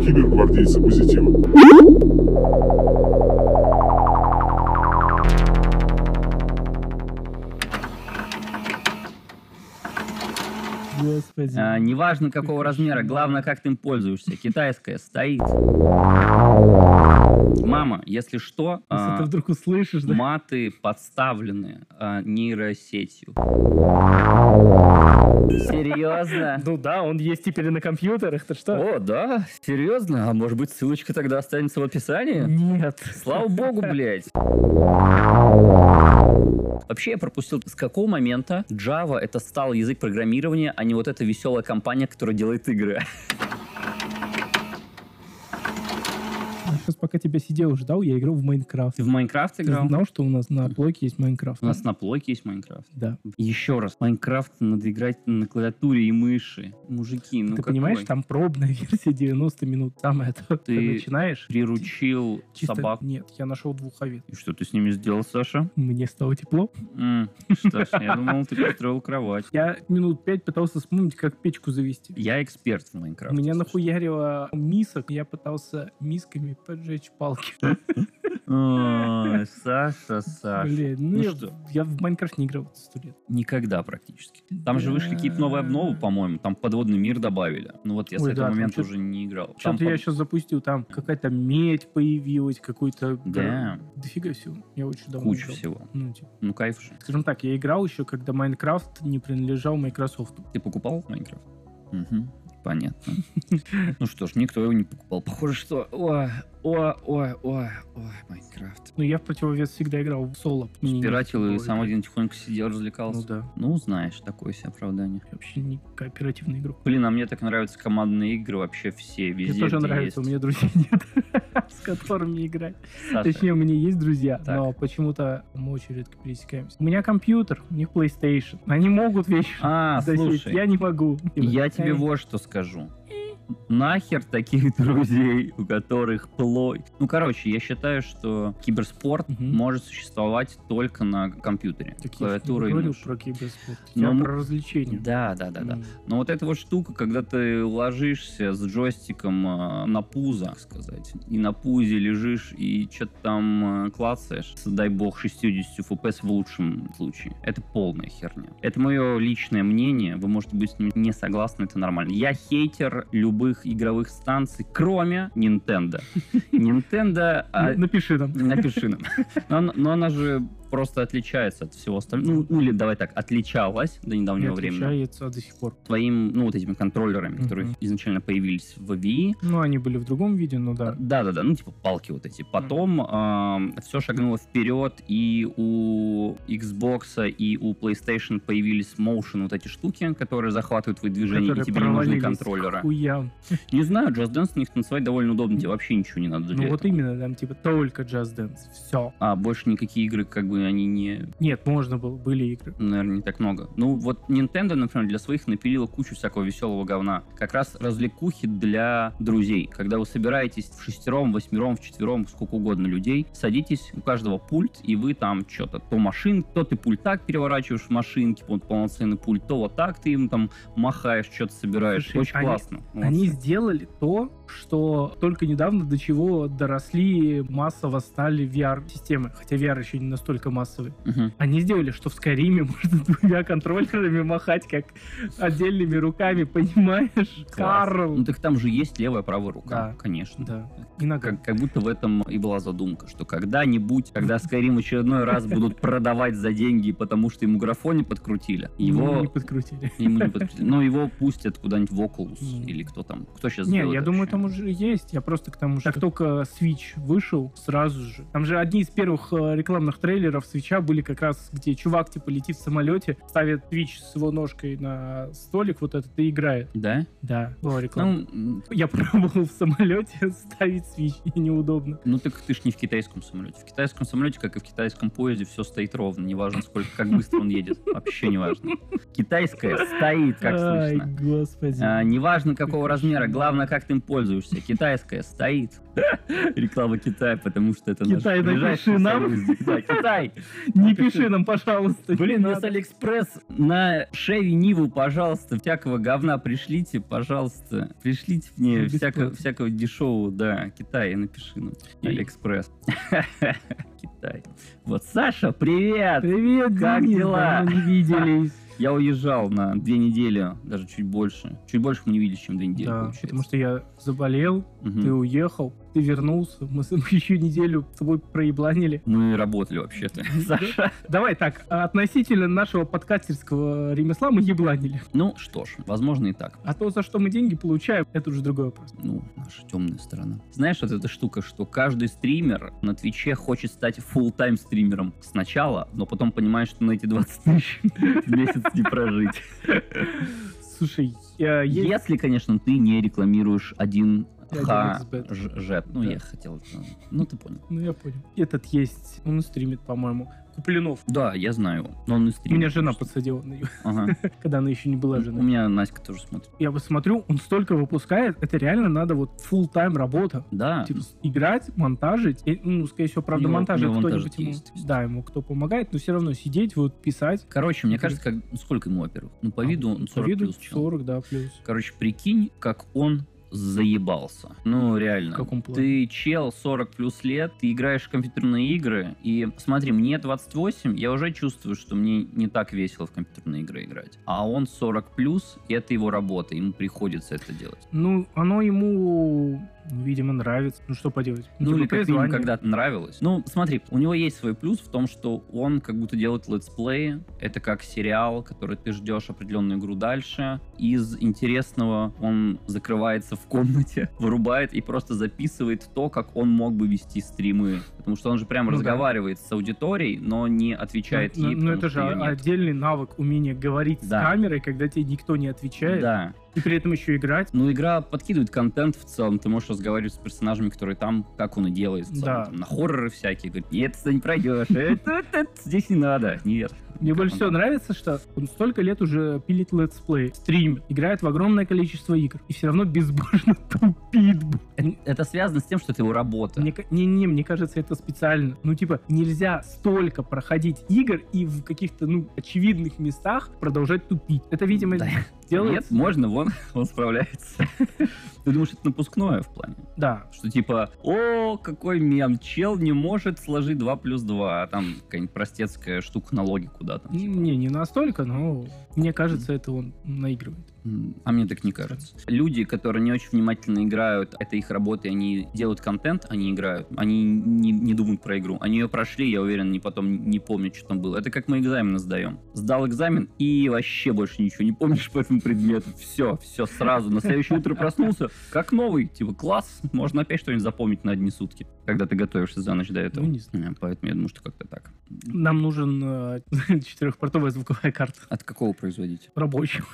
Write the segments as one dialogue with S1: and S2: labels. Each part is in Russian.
S1: Кибергвардейцы позитива.
S2: Господи.
S3: А, неважно какого размера, главное, как ты им пользуешься. Китайская стоит. Мама, если что,
S2: Если
S3: а,
S2: ты вдруг услышишь, да?
S3: маты подставлены а, нейросетью. Серьезно?
S2: Ну да, он есть теперь и на компьютерах, ты что?
S3: О, да? Серьезно? А может быть, ссылочка тогда останется в описании?
S2: Нет.
S3: Слава богу, блядь. Вообще, я пропустил, с какого момента Java это стал язык программирования, а не вот эта веселая компания, которая делает игры.
S2: Сейчас пока тебя сидел и ждал, я играл в Майнкрафт.
S3: Ты в Майнкрафт
S2: Ты
S3: играл?
S2: знал, что у нас на блоке есть Майнкрафт?
S3: У нас на плойке есть Майнкрафт.
S2: Да.
S3: Еще раз, Майнкрафт надо играть на клавиатуре и мыши. Мужики, ну
S2: Ты
S3: какой?
S2: понимаешь, там пробная версия 90 минут. Самое то. Ты,
S3: Ты
S2: начинаешь.
S3: Приручил
S2: чисто-
S3: собак.
S2: Нет, я нашел двух овец.
S3: И что ты с ними сделал, Саша?
S2: Мне стало тепло.
S3: М, Что ж, я думал, ты построил кровать.
S2: Я минут пять пытался вспомнить, как печку завести.
S3: Я эксперт в Майнкрафте.
S2: Меня
S3: Саша.
S2: нахуярило мисок, я пытался мисками поджечь палки.
S3: Ой, Саша, Саша.
S2: Блин, ну,
S3: ну
S2: я,
S3: что?
S2: я в Майнкрафт не играл сто лет.
S3: Никогда практически. Там же вышли какие-то новые обновы, по-моему. Там подводный мир добавили. Ну вот я с
S2: Ой,
S3: этого
S2: да, там
S3: момента
S2: чё-то-
S3: уже не играл. Там
S2: Что-то я сейчас запустил, там какая-то медь появилась, какой-то...
S3: под- Да,
S2: Дофига всего. Я очень давно
S3: куча
S2: играл.
S3: всего.
S2: Ну, типа,
S3: Ну кайф же.
S2: скажем так, я играл еще, когда Майнкрафт не принадлежал Microsoft.
S3: Ты покупал Майнкрафт? Угу. Понятно. Ну что ж, никто его не покупал. Похоже, что... Ой, ой, ой, ой, ой, Майнкрафт.
S2: Но я в противовес всегда играл в соло. Мне не
S3: Пиратил и
S2: было
S3: сам
S2: это.
S3: один тихонько сидел, развлекался.
S2: Ну да,
S3: Ну, знаешь, такое себе оправдание.
S2: я вообще не кооперативный игрок.
S3: Блин, а мне так нравятся командные игры вообще все, везде.
S2: Мне тоже
S3: где
S2: нравится,
S3: есть.
S2: у меня друзей нет, с которыми играть.
S3: Саша,
S2: Точнее, у меня есть друзья,
S3: Так.
S2: но почему-то мы очень редко пересекаемся. У меня компьютер, у них PlayStation. Они могут вещи
S3: А,
S2: засесть,
S3: слушай,
S2: я не могу.
S3: я
S2: Э,
S3: тебе вот что скажу. Нахер таких друзей, у которых плой. Ну, короче, я считаю, что киберспорт
S2: Мгм.
S3: может существовать только на компьютере.
S2: Так я же не
S3: клавиатурой и
S2: говорил
S3: мышью.
S2: про киберспорт.
S3: Но
S2: Я
S3: мы-
S2: про развлечения.
S3: Да, да, да, да.
S2: М.
S3: Но вот эта вот штука, когда ты ложишься с джойстиком э, на пузо, так сказать, и на пузе лежишь и что-то там э, клацаешь, с, дай бог, 60 FPS в лучшем случае. Это полная херня. Это мое личное мнение, вы можете быть с ним не согласны, это нормально. Я хейтер любых игровых станций, кроме Nintendo. Nintendo... а,
S2: Н- ну, Напиши нам.
S3: Напиши нам. Но, она- но она же просто отличается от всего остального. Ну, или давай так, отличалась до
S2: Не
S3: недавнего времени
S2: отличается до сих пор.
S3: твоим, ну, вот этими контроллерами, которые
S2: Мгм.
S3: изначально появились в Wii.
S2: Ну, они были в другом виде, но да.
S3: Да-да-да, ну, типа палки вот эти. Потом все шагнуло вперед, и у Xbox, и у PlayStation появились motion вот эти штуки, которые захватывают твои движения, и
S2: Которые
S3: тебе не нужны
S2: провалились
S3: контроллеры.
S2: Хуя. Ну,
S3: Не знаю, Just Dance на них танцевать довольно удобно, тебе вообще ничего не надо для
S2: Ну вот
S3: этого.
S2: именно, там типа только Just Dance. Все.
S3: А больше никакие игры, как бы, они не,
S2: Нет, можно было, были игры.
S3: наверное, не так много. Ну, вот Nintendo, например, для своих напилила кучу всякого веселого говна. Как раз развлекухи для друзей. Когда вы собираетесь в шестером, восьмером, в четвером, сколько угодно людей, садитесь, у каждого пульт, и вы там что-то, то машин, то ты пульт так переворачиваешь в машинке, вот полноценный пульт, то вот так ты им там махаешь, что-то собираешь.
S2: Слушай,
S3: Очень
S2: они-
S3: классно.
S2: Они
S3: Молодцы.
S2: сделали то, что только недавно до чего доросли массово стали VR-системы. Хотя VR еще не настолько массовый.
S3: Мгм.
S2: Они сделали, что в Скайриме можно двумя контроллерами махать как отдельными руками, понимаешь?
S3: Класс.
S2: Карл!
S3: Ну так там же есть левая правая рука,
S2: Да.
S3: конечно.
S2: Да, и нога.
S3: Как, как будто в этом и была задумка, что когда-нибудь, когда Skyrim очередной раз будут продавать за деньги, потому что ему графони подкрутили,
S2: Его не
S3: его
S2: подкрутили.
S3: ему не подкрутили, но его пустят куда-нибудь в Oculus
S2: Мгм.
S3: или кто там, кто сейчас
S2: Ну. Не, я думаю, там уже есть. Я просто к тому, что как только Switch вышел, сразу же. Там же одни из первых э, рекламных трейлеров Свича были как раз, где чувак типа летит в самолете, ставит Switch с его ножкой на столик вот этот и играет.
S3: Да?
S2: Да, была реклама.
S3: Ну, м,
S2: Я пробовал в самолете ставить Switch, и неудобно.
S3: ну так ты ж не в китайском самолете. В китайском самолете, как и в китайском поезде, все стоит ровно, неважно сколько, как быстро он едет, вообще неважно. Китайское стоит, как
S2: Ай,
S3: слышно.
S2: господи.
S3: А, неважно какого размера, главное, как ты им пользуешься. Китайская стоит. Реклама Китая, потому что это наш
S2: Китай, напиши
S3: ближайший
S2: нам.
S3: союзник. Да, Китай, давай.
S2: Не
S3: Это
S2: пиши
S3: ты.
S2: нам, пожалуйста.
S3: Блин,
S2: не
S3: мне с
S2: надо.
S3: Алиэкспресс на Шеви Ниву, пожалуйста, всякого говна пришлите, пожалуйста. Пришлите мне
S2: Бесплатно.
S3: всякого, всякого дешевого, да, Китая, напиши нам.
S2: И-
S3: Алиэкспресс. Китай. Вот, Саша, привет!
S2: Привет,
S3: Как
S2: Денис,
S3: дела?
S2: давно не виделись.
S3: Я уезжал на две недели, даже чуть больше. Чуть больше мы не виделись, чем две недели,
S2: Да,
S3: получается.
S2: потому что я заболел,
S3: Мгм.
S2: ты уехал, ты вернулся, мы с- мы еще неделю с тобой проебланили.
S3: Мы Ну работали вообще-то, Саша.
S2: Давай так, а относительно нашего подкастерского ремесла мы ебланили.
S3: Ну что ж, возможно и так.
S2: А то, за что мы деньги получаем, это уже другой вопрос.
S3: ну, наша темная сторона. Знаешь, вот эта штука, что каждый стример на Твиче хочет стать full-time стримером сначала, но потом понимает, что на эти 20 тысяч в месяц не прожить.
S2: Слушай, я есть-
S3: Если, конечно, ты не рекламируешь один
S2: Один
S3: ха
S2: XBet.
S3: ж- жет. Ну,
S2: Да.
S3: я хотел... это- Ну, ты понял.
S2: Ну, я понял. Этот есть, он стримит, по-моему. Куплинов.
S3: Да, я знаю его, но он не стример.
S2: Меня жена подсадила на него,
S3: Ага.
S2: когда она еще не была
S3: У
S2: женой.
S3: меня Наська тоже смотрит.
S2: Я вот смотрю, он столько выпускает, это реально надо вот full тайм работа.
S3: Да,
S2: Типа, с- играть, монтажить. И, ну, скорее всего, правда,
S3: А. У него-
S2: монтаж
S3: у него
S2: это
S3: монтажик
S2: кто-нибудь ему.
S3: есть, есть.
S2: Да, ему кто помогает, но все равно сидеть, вот писать.
S3: короче, мне
S2: Интересно.
S3: кажется, как... ну, сколько ему, во-первых? Ну, по
S2: А,
S3: виду он 40
S2: По виду
S3: плюс чел.
S2: 40, да, плюс.
S3: Короче, прикинь, как он заебался. Ну, реально.
S2: В каком плане?
S3: Ты чел 40 плюс лет, ты играешь в компьютерные игры, и смотри, мне 28, я уже чувствую, что мне не так весело в компьютерные игры играть. А он 40 плюс, и это его работа, ему приходится это делать.
S2: Ну, оно ему, видимо, нравится. Ну, что поделать? типа,
S3: Ну, или как минимум
S2: призвание.
S3: когда-то нравилось. Ну, смотри, у него есть свой плюс в том, что он как будто делает летсплеи. Это как сериал, который ты ждешь определенную игру дальше. Из интересного он закрывается в комнате, вырубает и просто записывает то, как он мог бы вести стримы. Потому что он же прям
S2: Ну да.
S3: разговаривает с аудиторией, но не отвечает
S2: Ну,
S3: ей.
S2: ну,
S3: потому
S2: это
S3: что
S2: же
S3: её нет.
S2: отдельный навык, умение говорить
S3: Да.
S2: с камерой, когда тебе никто не отвечает,
S3: Да.
S2: и при этом еще играть.
S3: Ну, игра подкидывает контент в целом. Ты можешь разговаривать с персонажами, которые там, как он и делает. в целом.
S2: Да.
S3: Там на хорроры всякие. Говорит, нет, ты не пройдешь. Это, это здесь не надо. Нет.
S2: Мне
S3: Как
S2: больше
S3: он
S2: всего
S3: там.
S2: нравится, что он столько лет уже пилит летсплей, стрим, играет в огромное количество игр, и все равно безбожно тупит. б-
S3: Это, это связано с тем, что это его работа.
S2: Мне ка- Не-не, мне кажется, это специально. Ну, типа, нельзя столько проходить игр и в каких-то, ну, очевидных местах продолжать тупить. Это, видимо,
S3: Да. Нет,
S2: делается...
S3: можно, вон, он справляется. Ты думаешь, это напускное в плане?
S2: Да.
S3: Что типа, о, какой мем, чел не может сложить 2 плюс 2, а там какая-нибудь простецкая штука на логику, да, там, типа.
S2: Не, не настолько, но мне кажется, это он наигрывает.
S3: М, А мне так не кажется. Люди, которые не очень внимательно играют, это их работа, и они делают контент, они играют, они не, не думают про игру. Они ее прошли, я уверен, и потом не помнят, что там было. Это как мы экзамены сдаем. Сдал экзамен и вообще больше ничего не помнишь по этому предмету. Все, все сразу. На следующее утро проснулся, как новый. Типа, класс, можно опять что-нибудь запомнить на одни сутки, когда ты готовишься за ночь до этого.
S2: Ну, не знаю.
S3: Э, Поэтому я думаю, что как-то так.
S2: Нам нужен э, четырехпортовая звуковая карта
S3: От какого производителя?
S2: рабочего.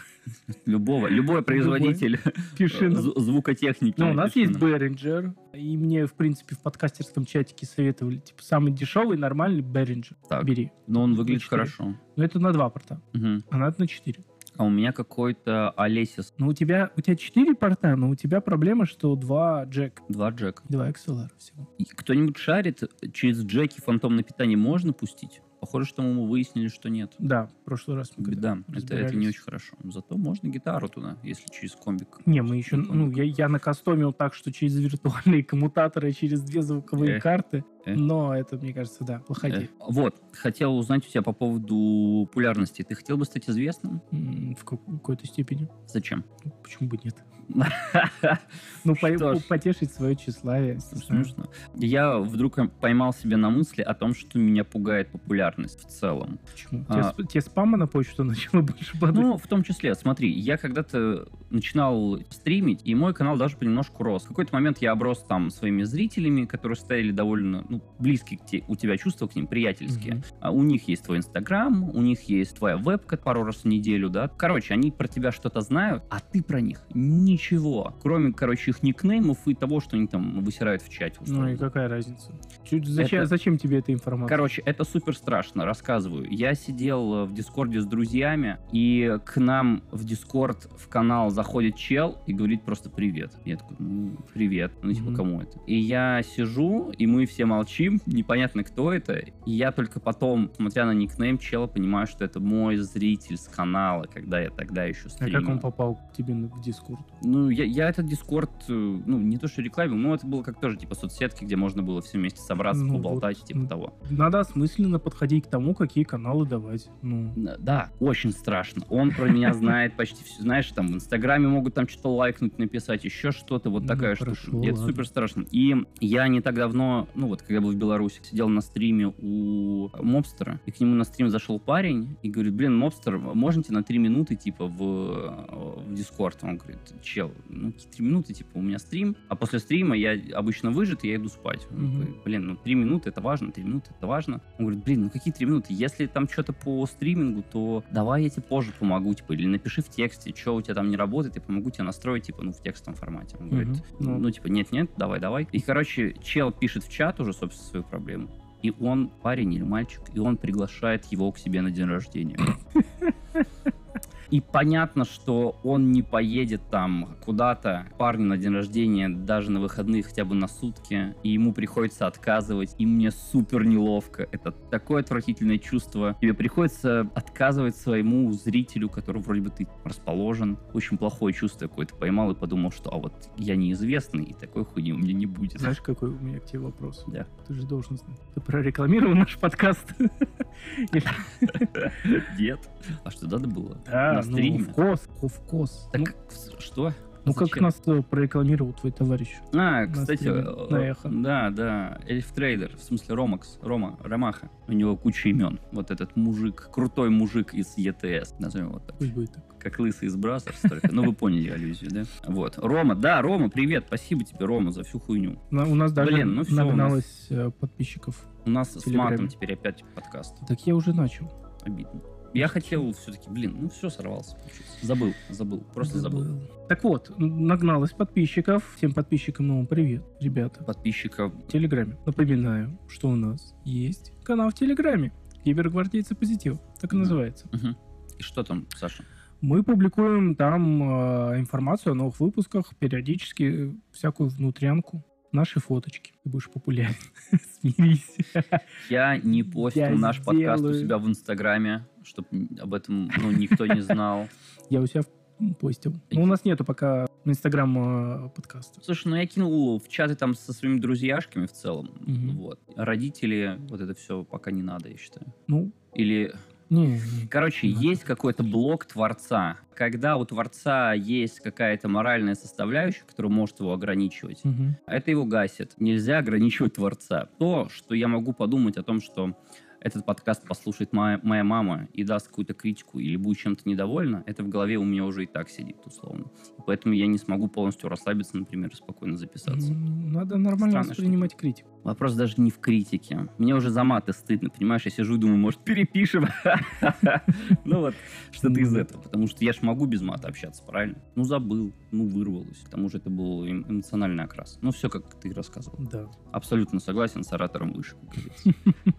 S3: Любого. Любой производитель
S2: Пиши нам.
S3: зв- звукотехники.
S2: Э, Ну, у нас
S3: напиши
S2: есть
S3: нам.
S2: Behringer, и мне, в принципе, в подкастерском чатике советовали, типа, самый дешевый, нормальный Behringer,
S3: Так.
S2: бери.
S3: Но он выглядит
S2: четыре.
S3: хорошо.
S2: Но это на два порта,
S3: Мгм.
S2: а надо на четыре.
S3: А у меня какой-то Алесис.
S2: Но Ну, у тебя, у тебя четыре порта, но у тебя проблема, что два джек,
S3: Два джека.
S2: два XLR всего.
S3: И Кто-нибудь шарит? Через джеки фантомное питание можно пустить? Похоже, что мы выяснили, что нет.
S2: Да, в прошлый раз мы когда
S3: Беда. Это, это не
S2: разбирались.
S3: очень хорошо. Зато можно гитару туда, если через комбик.
S2: Не, мы еще, ну, я, я накастомил так, что через виртуальные коммутаторы, через две звуковые
S3: Эх,
S2: карты,
S3: эх.
S2: но это, мне кажется, да,
S3: Э,
S2: выходи.
S3: Вот, хотел узнать у тебя по поводу популярности. Ты хотел бы стать известным?
S2: М, В как- какой-то степени.
S3: Зачем?
S2: Ну, Почему бы нет? Ну, по-
S3: Что ж.
S2: потешить свое тщеславие.
S3: Смешно. Я вдруг поймал себя на мысли о том, что меня пугает популярность в целом.
S2: Почему?
S3: А.
S2: Тебе, сп- тебе спама на почту начало больше падать?
S3: Ну, в том числе, смотри, я когда-то начинал стримить, и мой канал даже понемножку рос. В какой-то момент я оброс там своими зрителями, которые стояли довольно ну, близкие к те- у тебя чувства к ним, приятельские.
S2: Мгм.
S3: А у них есть твой инстаграм, у них есть твоя вебка пару раз в неделю, да. Короче, они про тебя что-то знают, а ты про них ни ничего, кроме, короче, их никнеймов и того, что они там высирают в чате.
S2: Ну
S3: условно.
S2: и какая разница? Чуть- зачем,
S3: Это-
S2: зачем тебе эта информация?
S3: Короче, это супер страшно, рассказываю. Я сидел э, в Дискорде с друзьями, и к нам в Дискорд в канал заходит чел и говорит просто «привет». Я такой «ну, привет». Ну, типа,
S2: Мгм.
S3: кому это? И я сижу, и мы все молчим, непонятно, кто это. И я только потом, смотря на никнейм чела, понимаю, что это мой зритель с канала, когда я тогда еще
S2: а
S3: стримил.
S2: как он попал к тебе на- в Дискорд?
S3: Ну, я, я этот Дискорд, э, ну, не то что рекламил, но это было как тоже, типа, соцсетки, где можно было все вместе собраться,
S2: Ну,
S3: поболтать,
S2: вот,
S3: типа
S2: м.
S3: того.
S2: Надо осмысленно подходить к тому, какие каналы давать. Ну,
S3: Н- Да, очень страшно. Он про меня знает почти все. Знаешь, там в Инстаграме могут там что-то лайкнуть, написать, еще что-то. Вот
S2: Ну,
S3: такая
S2: хорошо,
S3: штука. И Это
S2: ладно.
S3: супер страшно. И я не так давно, ну вот, когда был в Беларуси, сидел на стриме у Мобстера, и к нему на стрим зашел парень и говорит, блин, Мобстер, можете на три минуты, типа, в, э, в Дискорд? Он говорит, чел, ну, какие три минуты, типа, у меня стрим, а после стрима я обычно выжат, и я иду спать. Он
S2: Мгм.
S3: такой, блин, ну три минуты это важно, три минуты это важно. Он говорит, блин, ну какие три минуты? Если там что-то по стримингу, то давай я тебе позже помогу, типа, или напиши в тексте, что у тебя там не работает, я помогу тебе настроить, типа, ну в текстовом формате. Он говорит,
S2: Мгм.
S3: ну,
S2: Ну.
S3: типа, нет-нет, давай-давай. И, короче, чел пишет в чат уже, собственно, свою проблему. И он, парень или мальчик, и он приглашает его к себе на день рождения. И понятно, что он не поедет там куда-то к парню на день рождения, даже на выходные, хотя бы на сутки. И ему приходится отказывать, и мне супер неловко. Это такое отвратительное чувство. Тебе приходится отказывать своему зрителю, который вроде бы ты расположен. Очень плохое чувство какое-то поймал и подумал, что а вот я неизвестный, и такой хуйни у меня не будет.
S2: знаешь, какой у меня к тебе вопрос?
S3: Да.
S2: Ты же должен знать. Ты прорекламировал наш подкаст.
S3: Нет. А что надо было?
S2: Да, ну,
S3: На стриме?
S2: в кос. В кос.
S3: Так
S2: Ну,
S3: как- что?
S2: Ну, как
S3: Зачем?
S2: нас э, прорекламировал твой товарищ?
S3: А,
S2: На
S3: кстати,
S2: стриме,
S3: э,
S2: на эхо.
S3: да, да, Эльф Трейдер, в смысле Ромакс, Рома, Ромаха. У него куча имен. Вот этот мужик, крутой мужик из ЕТС, назовем его так.
S2: Пусть будет так.
S3: Как лысый из Бразерс, только. Ну, вы поняли аллюзию, да? Вот. Рома, да, Рома, привет, спасибо тебе, Рома, за всю хуйню.
S2: На- У нас даже
S3: Блин, ну всё, у нас-
S2: нагналось э, подписчиков.
S3: У нас с
S2: Телеграме.
S3: матом теперь опять подкаст.
S2: Так я уже начал.
S3: Обидно. Я хотел все-таки, блин, ну все сорвался. Забыл, забыл, просто забыл.
S2: Так вот, н- нагналось подписчиков. Всем подписчикам новым привет, ребята.
S3: Подписчиков
S2: В Телеграме. Напоминаю, что у нас есть канал в Телеграме. Кибергвардейцы Позитив. Так и
S3: Да.
S2: называется.
S3: Мгм. И что там, Саша?
S2: Мы публикуем там э, информацию о новых выпусках, периодически э, всякую внутрянку. Наши фоточки. Ты будешь популярен. Смирись.
S3: Я не постил
S2: Я
S3: наш подкаст у
S2: сделаю.
S3: себя в Инстаграме, чтобы об этом ну, никто не знал.
S2: Я у себя в- постил. Но у нас нету пока Инстаграм э, подкаста.
S3: Слушай, ну я кинул в чаты там со своими друзьяшками в целом.
S2: Мгм.
S3: Вот. Родители, вот это все пока не надо, я считаю.
S2: Ну,
S3: Или,
S2: не, не.
S3: короче,
S2: Надо.
S3: есть какой-то блок творца. Когда у творца есть какая-то моральная составляющая, которая может его ограничивать,
S2: Мгм.
S3: Это его гасит. Нельзя ограничивать творца. То, что я могу подумать о том, что этот подкаст послушает моя, моя мама и даст какую-то критику или будет чем-то недовольна, это в голове у меня уже и так сидит, условно. Поэтому я не смогу полностью расслабиться, например, и спокойно записаться.
S2: М, Надо нормально
S3: Странная
S2: воспринимать критику.
S3: Вопрос даже не в критике. Мне уже за маты стыдно, понимаешь? Я сижу и думаю, может, перепишем? Ну вот, что-то из этого. Потому что я ж могу без мата общаться, правильно? Ну забыл, ну вырвалось. К тому же это был эм- эмоциональный окрас. Ну все, как ты рассказывал.
S2: Да.
S3: Абсолютно согласен с оратором выше. как говорится.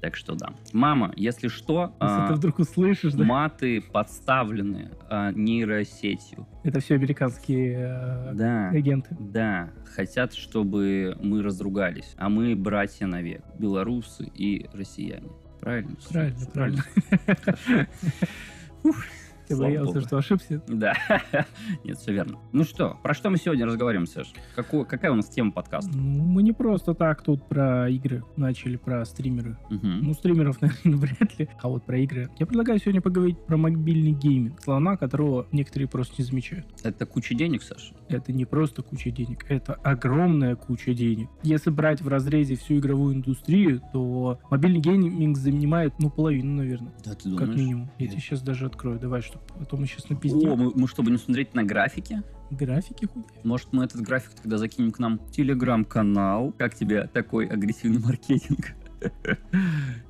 S3: Так что да. Мама, если что,
S2: Если
S3: а,
S2: ты вдруг услышишь, да,
S3: маты подставлены а, нейросетью.
S2: это все американские э,
S3: Да.
S2: агенты.
S3: Да, хотят, чтобы мы разругались, а мы братья навек, белорусы и россияне. Правильно? всё?
S2: Правильно,
S3: Всё
S2: правильно.
S3: Хорошо. Уф,
S2: Ты
S3: слава
S2: боялся,
S3: богу.
S2: что ошибся?
S3: Да. Нет, все верно. Ну что, про что мы сегодня разговариваем, Саш? Какую- Какая у нас тема подкаста?
S2: Ну, мы не просто так тут про игры начали, про стримеры.
S3: Мгм.
S2: Ну, стримеров, наверное, вряд ли. А вот про игры. Я предлагаю сегодня поговорить про мобильный гейминг. Слона, которого некоторые просто не замечают.
S3: Это куча денег, Саша?
S2: Это не просто куча денег, это огромная куча денег. Если брать в разрезе всю игровую индустрию, то мобильный гейминг занимает, ну, половину, наверное.
S3: Да, ты
S2: Как минимум. Я
S3: Я-
S2: тебе сейчас даже открою. Давай, чтобы потом мы сейчас
S3: О,
S2: напиздим.
S3: мы, мы чтобы не смотреть на графики,
S2: Графики хуй.
S3: может, мы этот график тогда закинем к нам в телеграм-канал. Как тебе такой агрессивный маркетинг?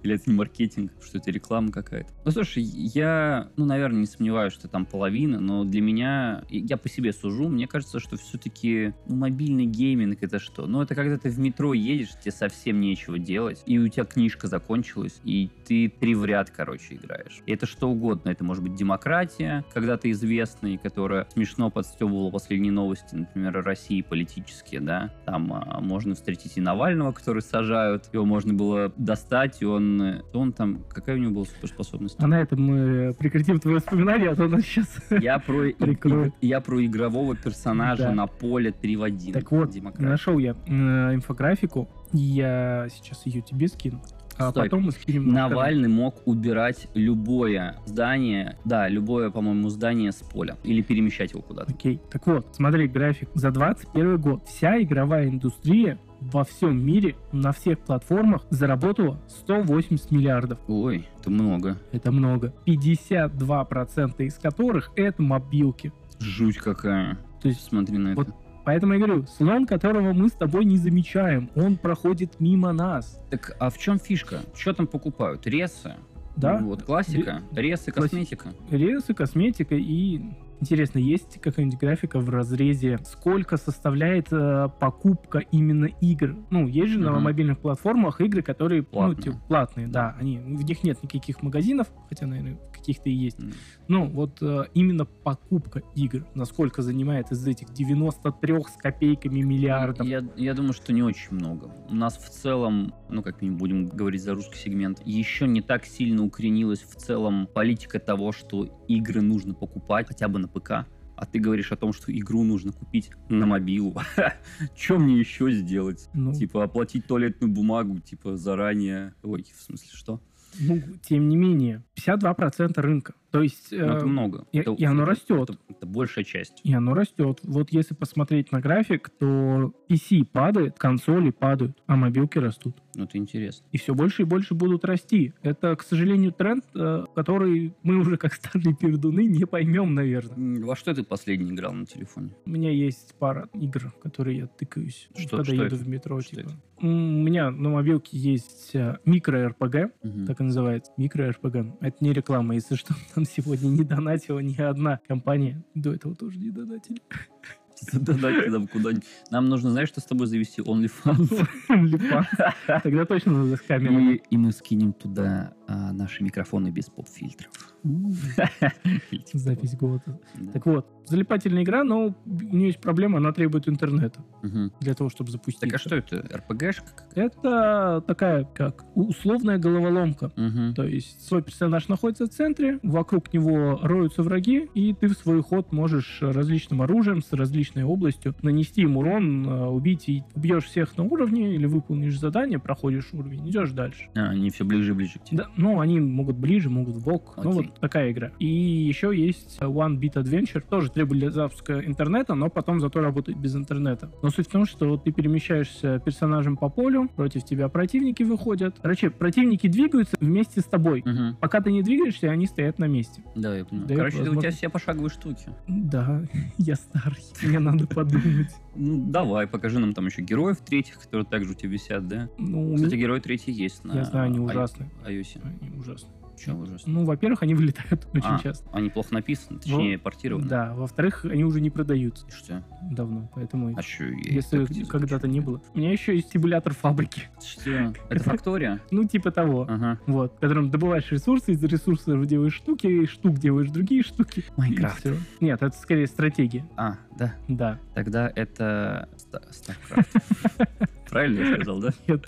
S3: Или это не маркетинг, что это реклама какая-то. Ну, слушай, я, ну, наверное, не сомневаюсь, что там половина, но для меня, и я по себе сужу, мне кажется, что все-таки ну, мобильный гейминг это что? Ну, это когда ты в метро едешь, тебе совсем нечего делать, и у тебя книжка закончилась, и ты три в ряд, короче, играешь. И это что угодно. Это может быть демократия, когда-то известный, которая смешно подстебывала последние новости, например, о России политические, да. Там а, можно встретить и Навального, который сажают. Его можно было достать, и он... э, Он там... Какая у него была суперспособность?
S2: А на этом мы прекратим твои воспоминания, а то у нас сейчас...
S3: Я про,
S2: Прикроет.
S3: я про игрового персонажа
S2: Да.
S3: на поле 3 в 1.
S2: Так вот,
S3: демократия.
S2: Нашел я э, инфографику, я сейчас ее тебе скину, а
S3: Стой.
S2: потом мы скинем... на канал.
S3: Навальный мог убирать любое здание, да, любое, по-моему, здание с поля. Или перемещать его куда-то.
S2: Окей. Так вот, смотри, график. За 21 год вся игровая индустрия во всем мире на всех платформах заработала 180 миллиардов.
S3: Ой, это много.
S2: Это много. 52% из которых это мобилки.
S3: Жуть какая.
S2: То есть
S3: Смотри на
S2: Вот
S3: это.
S2: Поэтому я говорю, слон, которого мы с тобой не замечаем, он проходит мимо нас.
S3: Так, а в чем фишка? Что там покупают? Ресы?
S2: Да?
S3: Ну, вот классика. Ресы,
S2: Класс-
S3: косметика.
S2: Рельсы, косметика и... Интересно, есть какая-нибудь графика в разрезе, сколько составляет э, покупка именно игр? Ну, есть же на
S3: Мгм.
S2: мобильных платформах игры, которые
S3: Платные.
S2: Ну, типа, платные, да. Они, в них нет никаких магазинов, хотя, наверное, каких-то и есть.
S3: М.
S2: Ну, вот э, именно покупка игр, насколько занимает из этих 93 с копейками миллиардов.
S3: Я, я думаю, что не очень много. У нас в целом, ну как мы будем говорить за русский сегмент, еще не так сильно укоренилась в целом политика того, что игры нужно покупать хотя бы на ПК. А ты говоришь о том, что игру нужно купить на мобилу. Чем мне еще сделать?
S2: Ну,
S3: Типа оплатить туалетную бумагу, типа заранее. Ой, в смысле что?
S2: ну, тем не менее, 52% рынка. То есть...
S3: Ну, это
S2: э,
S3: много.
S2: и-
S3: Это-
S2: и оно
S3: это-
S2: растет.
S3: Это, это большая часть.
S2: И оно растет. Вот если посмотреть на график, то PC падает, консоли падают, а мобилки растут.
S3: Ну, это интересно.
S2: И все больше и больше будут расти. Это, к сожалению, тренд, э, который мы уже как старые пердуны не поймем, наверное.
S3: М, Во что ты последний играл на телефоне?
S2: У меня есть пара игр, в которые я тыкаюсь,
S3: Что-
S2: когда
S3: что
S2: еду
S3: это?
S2: в метро.
S3: Что
S2: типа.
S3: это?
S2: М, У меня на мобилке есть э, микро-РПГ,
S3: Мгм.
S2: так и называется, микро-РПГ. Это не реклама, если что, нам сегодня не донатила ни одна компания. До этого тоже не донатили.
S3: Задать нам куда-нибудь. Нам нужно, знаешь, что с тобой завести? OnlyFans.
S2: Липа. Тогда точно надо с камерой.
S3: И, и мы скинем туда а, наши микрофоны без поп-фильтров. Или типа
S2: Запись голоса.
S3: того. Да.
S2: Так вот, залипательная игра, но у нее есть проблема, она требует интернета
S3: Мгм.
S2: для того, чтобы запустить.
S3: Так а что это? РПГшка?
S2: Это такая, как у- условная головоломка.
S3: Мгм.
S2: То есть свой персонаж находится в центре, вокруг него роются враги, и ты в свой ход можешь различным оружием с различной областью нанести им урон, э, убить и убьешь всех на уровне, или выполнишь задание, проходишь уровень, идешь дальше.
S3: А, они все ближе и ближе к тебе.
S2: Да, ну, они могут ближе, могут в бок. Ну,
S3: Окей.
S2: вот такая игра. И еще есть э, One Bit Adventure. Тоже требует для запуска интернета, но потом зато работает без интернета. Но суть в том, что ты перемещаешься персонажем по полю, против тебя противники выходят. Короче, противники двигаются вместе с тобой.
S3: Мгм.
S2: Пока ты не двигаешься, они стоят на месте.
S3: Да, я понимаю.
S2: Даёт
S3: Короче, это у тебя
S2: возможность-
S3: все пошаговые штуки.
S2: Да, я старый, мне надо подумать.
S3: Ну, давай, покажи нам там еще героев третьих, которые также у тебя висят, да?
S2: Ну, у
S3: Кстати,
S2: меня-
S3: герой третий есть на
S2: я знаю, они
S3: ай-
S2: ужасные.
S3: iOS.
S2: Они ужасные.
S3: Чего ужасно?
S2: Ну, во-первых, они вылетают очень
S3: А,
S2: часто.
S3: Они плохо написаны, точнее, портированы.
S2: Ну, Да, во-вторых, они уже не продаются
S3: Что?
S2: давно, поэтому их
S3: А что?
S2: Если когда-то не было. У меня еще есть симулятор фабрики.
S3: Что? Это фактория?
S2: Ну, типа того.
S3: Ага.
S2: Вот. В котором добываешь ресурсы, из ресурсов делаешь штуки, из штук делаешь другие штуки. и
S3: Майнкрафт.
S2: всё. Нет, это скорее стратегия.
S3: А, да.
S2: Да.
S3: Тогда это Ста- StarCraft. Правильно я сказал, да?
S2: Нет.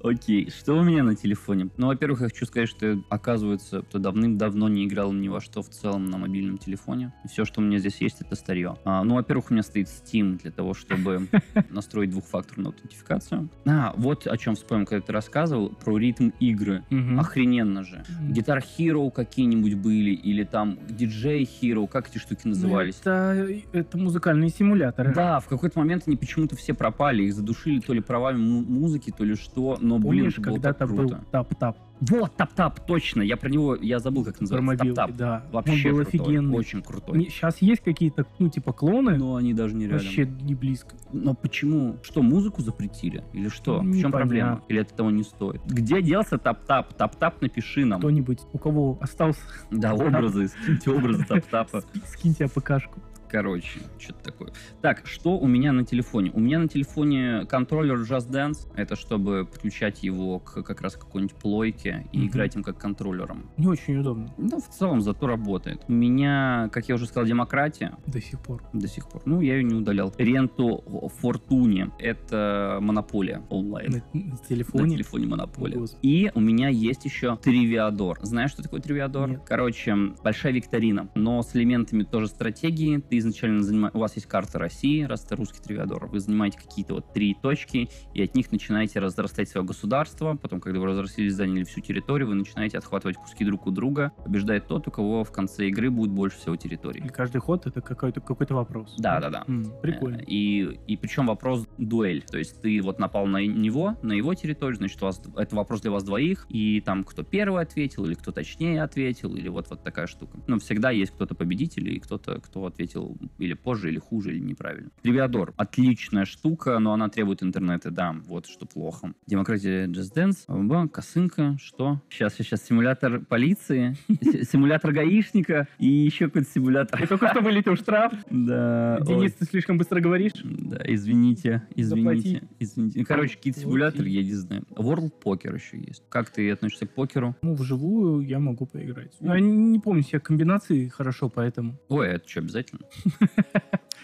S3: Окей, что у меня на телефоне? Ну, во-первых, я хочу сказать, что я, оказывается, то давным-давно не играл ни во что в целом на мобильном телефоне. Все, что у меня здесь есть, это старье. А, ну, во-первых, у меня стоит Steam для того, чтобы настроить двухфакторную аутентификацию. А, вот о чем вспомнил, когда ты рассказывал про ритм игры.
S2: Мгм.
S3: Охрененно же.
S2: М.
S3: Guitar Hero какие-нибудь были, или там DJ Hero, как эти штуки
S2: Ну,
S3: назывались?
S2: Это, это музыкальные симуляторы.
S3: Да, в какой-то момент они почему-то все пропали, их задушили то ли правами му- музыки, то ли что, Но, блин,
S2: Помнишь,
S3: это было
S2: когда-то
S3: так
S2: был
S3: круто.
S2: тап-тап
S3: Вот, тап-тап, точно. Я про него, я забыл, как
S2: про
S3: называется.
S2: мобилки,
S3: Тап-тап.
S2: да.
S3: Вообще
S2: Он был
S3: крутой,
S2: офигенный.
S3: Очень крутой.
S2: Сейчас есть какие-то, ну, типа клоны,
S3: Но они даже не рядом.
S2: вообще не близко.
S3: Но почему? Что, музыку запретили? Или что? в чем
S2: Непонятно.
S3: проблема? Или это того не стоит? Где делся тап-тап? Тап-тап напиши нам.
S2: Кто-нибудь, у кого остался,
S3: Да, образы, скиньте образы тап-тапа.
S2: ски- скиньте АПКшку.
S3: Короче, что-то такое. Так, что у меня на телефоне? У меня на телефоне контроллер Just Dance. Это чтобы подключать его к как раз какой-нибудь плойке и
S2: Мгм.
S3: играть им как контроллером.
S2: Не очень удобно
S3: Ну, в целом, зато работает. У меня, как я уже сказал, демократия
S2: до сих пор.
S3: до сих пор. Ну, я ее не удалял. Ренту Фортуне. Это монополия онлайн.
S2: На, на
S3: На
S2: телефоне.
S3: телефоне Монополия.
S2: Господи.
S3: И у меня есть еще Тривиадор. Знаешь, что такое Тривиадор?
S2: Нет.
S3: Короче, большая викторина, но с элементами тоже стратегии. Ты изначально занимаешь... У вас есть карта России, раз это русский Тривиадор. Вы занимаете какие-то вот три точки, и от них начинаете разрастать свое государство. Потом, когда вы разрослись, заняли всю территорию, вы начинаете отхватывать куски друг у друга. Побеждает тот, у кого в конце игры будет больше всего территории.
S2: И каждый ход это какой-то какой-то вопрос.
S3: Да-да-да.
S2: М,
S3: Э,
S2: Прикольно.
S3: И, и причем вопрос дуэль. То есть ты вот напал на него, на его территорию, значит, у вас, это вопрос для вас двоих, и там кто первый ответил, или кто точнее ответил, или вот, вот такая штука. Но всегда есть кто-то победитель, и кто-то, кто ответил или позже, или хуже, или неправильно. Тривиадор. Отличная штука, но она требует интернета, да, вот что плохо. Демократия Just Dance, ба, косынка, что? Сейчас, сейчас, симулятор полиции, си- симулятор гаишника и еще какой-то
S2: Ты
S3: симулятор.
S2: только что вылетел штраф.
S3: Да, ой.
S2: Денис, ты слишком быстро говоришь.
S3: Да, извините, извините,
S2: Заплати.
S3: извините. Ну, Короче, какие-то симуляторы, я не знаю. World Poker еще есть. Как ты относишься к покеру?
S2: Ну, вживую я могу поиграть. Но я не помню себе комбинации хорошо, поэтому.
S3: Ой, а это что, обязательно?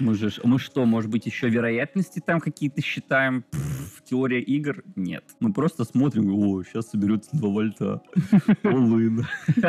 S3: Мы же, ж- мы что, может быть, еще вероятности там какие-то считаем? Пф, теория игр? Нет. Мы просто смотрим, о, сейчас соберется два вольта. Олын.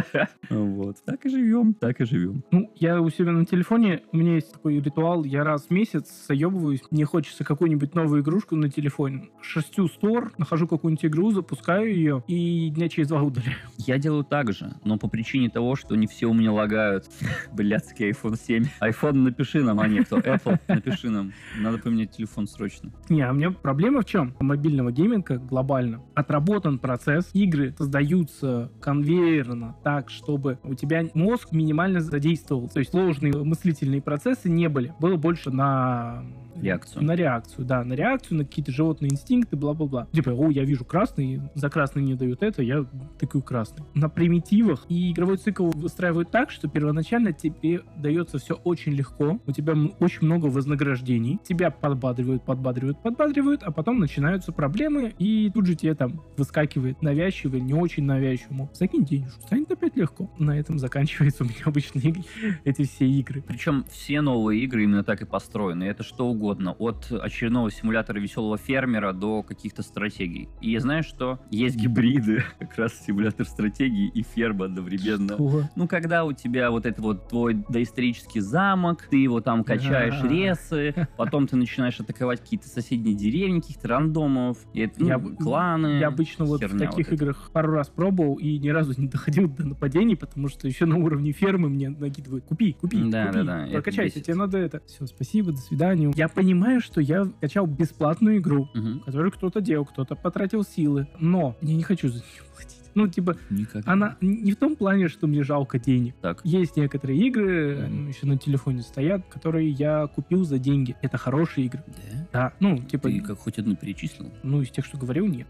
S3: Вот. Так и живем, так и живем.
S2: Ну, я у себя на телефоне, у меня есть такой ритуал, я раз в месяц соебываюсь, мне хочется какую-нибудь новую игрушку на телефоне. Шерстю стор, нахожу какую-нибудь игру, запускаю ее и дня через два удаляю.
S3: Я делаю так же, но по причине того, что не все у меня лагают. Блядский iPhone 7. iPhone напиши нам, а не кто. Apple, напиши нам. Надо поменять телефон срочно.
S2: Не, а у меня проблема в чем? У мобильного гейминга глобально отработан процесс, игры создаются конвейерно так, чтобы у тебя мозг минимально задействовал. То есть сложные мыслительные процессы не были. Было больше на
S3: Реакцию.
S2: На реакцию, да, на реакцию, на какие-то животные инстинкты, бла-бла-бла. Типа, о, я вижу красный, за красный мне дают это, я тыкаю красный. На примитивах и игровой цикл выстраивают так, что первоначально тебе дается все очень легко, у тебя м- очень много вознаграждений, тебя подбадривают, подбадривают, подбадривают, а потом начинаются проблемы, и тут же тебе там выскакивает навязчивый, не очень навязчивому. Закинь денежку, станет опять легко. На этом заканчиваются у меня обычно иг- эти все игры.
S3: Причем все новые игры именно так и построены. Это что угодно. От очередного симулятора веселого фермера до каких-то стратегий. И я знаю, что есть гибриды. Как раз симулятор стратегии и ферма одновременно.
S2: Что?
S3: Ну, когда у тебя вот это вот твой доисторический замок, ты его там качаешь
S2: Да.
S3: ресы, потом ты начинаешь атаковать какие-то соседние деревни, каких-то рандомов, и это, ну,
S2: Я бы-
S3: кланы.
S2: Я обычно вот в
S3: херня
S2: таких
S3: вот эта.
S2: играх пару раз пробовал и ни разу не доходил до нападений, потому что еще на уровне фермы мне накидывают «Купи, купи,
S3: Да,
S2: купи,
S3: да, да, это
S2: прокачайся,
S3: бесит.
S2: тебе надо это». Все, спасибо, до свидания. Я понимаю, что я качал бесплатную игру,
S3: Мгм.
S2: которую кто-то делал, кто-то потратил силы, но я не хочу за нее платить. Ну, типа,
S3: Никак.
S2: она не в том плане, что мне жалко денег.
S3: Так.
S2: Есть некоторые игры,
S3: Мгм.
S2: они еще на телефоне стоят, которые я купил за деньги. Это хорошие игры.
S3: Да?
S2: Да, ну, типа...
S3: Ты как хоть одну перечислил?
S2: Ну, из тех, что говорил, нет.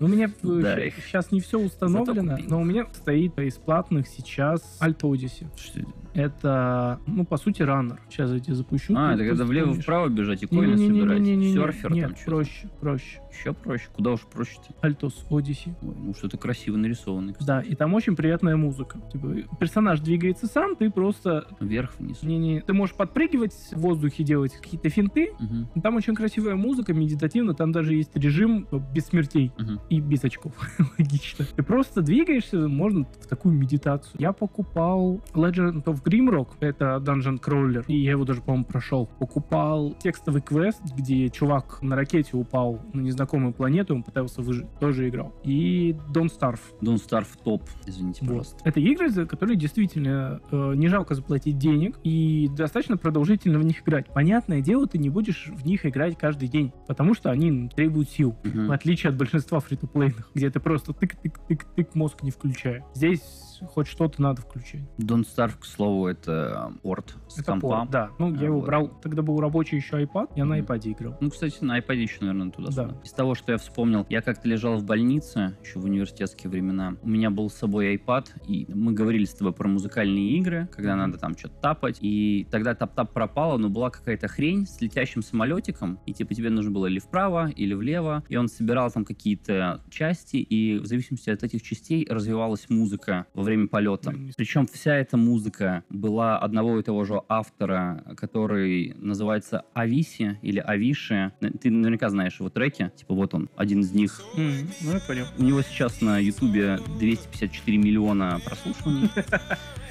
S2: У меня
S3: Да, их.
S2: сейчас не все установлено,
S3: купил.
S2: но у меня стоит из платных сейчас Alt Odyssey.
S3: Что это?
S2: Это, ну, по сути, раннер. Сейчас я тебе запущу.
S3: А,
S2: ты
S3: это когда
S2: вспомнишь.
S3: влево-вправо бежать и коины собирать.
S2: Не-не-не-не-не-не-не.
S3: Серфер там
S2: Нет,
S3: что-то.
S2: проще, проще.
S3: Еще проще. Куда уж проще-то?
S2: Altos Odyssey.
S3: Ой, ну что-то красиво нарисованное. кстати.
S2: Да, и там очень приятная музыка. Типа, персонаж двигается сам, ты просто...
S3: Вверх-вниз.
S2: Не, не, ты можешь подпрыгивать в воздухе, делать какие-то финты.
S3: Мгм.
S2: но Там очень красивая музыка, медитативно. Там даже есть режим э, без смертей.
S3: Мгм.
S2: и без очков. Логично. Ты просто двигаешься, можно в такую медитацию. Я покупал Legend of Grimrock, это Dungeon Crawler, и я его даже, по-моему, прошел. Покупал текстовый квест, где чувак на ракете упал на незнакомую планету, он пытался выжить, тоже играл. И Don't Starve.
S3: Don't Starve топ, извините,
S2: Вот.
S3: пожалуйста.
S2: Это игры, за которые действительно э, не жалко заплатить денег и достаточно продолжительно в них играть. Понятное дело, ты не будешь в них играть каждый день, потому что они м, требуют сил.
S3: Мгм.
S2: В отличие от большинства фритуплейных, где ты просто тык-тык-тык-тык мозг не включая. Здесь хоть что-то надо включать.
S3: Don't Starve, к слову, это а, орд с
S2: Это
S3: компа.
S2: порт, да. Ну, я
S3: А,
S2: его
S3: вот.
S2: брал, тогда был рабочий еще iPad, я на
S3: Мгм.
S2: iPad играл.
S3: Ну, кстати, на iPad еще, наверное, туда
S2: Да.
S3: сюда Из того, что я вспомнил, я как-то лежал в больнице еще в университетские времена. У меня был с собой iPad, и мы говорили с тобой про музыкальные игры, когда надо там что-то тапать. И тогда тап-тап пропало, но была какая-то хрень с летящим самолетиком, и типа тебе нужно было или вправо, или влево. И он собирал там какие-то части, и в зависимости от этих частей развивалась музыка во время полета.
S2: Блин, не с-
S3: Причем вся эта музыка была одного и того же автора, который называется Ависи или Авиши. Ты наверняка знаешь его треки. Типа вот он, один из них.
S2: М, Ну, я понял.
S3: У него сейчас на Ютубе 254 миллиона прослушиваний.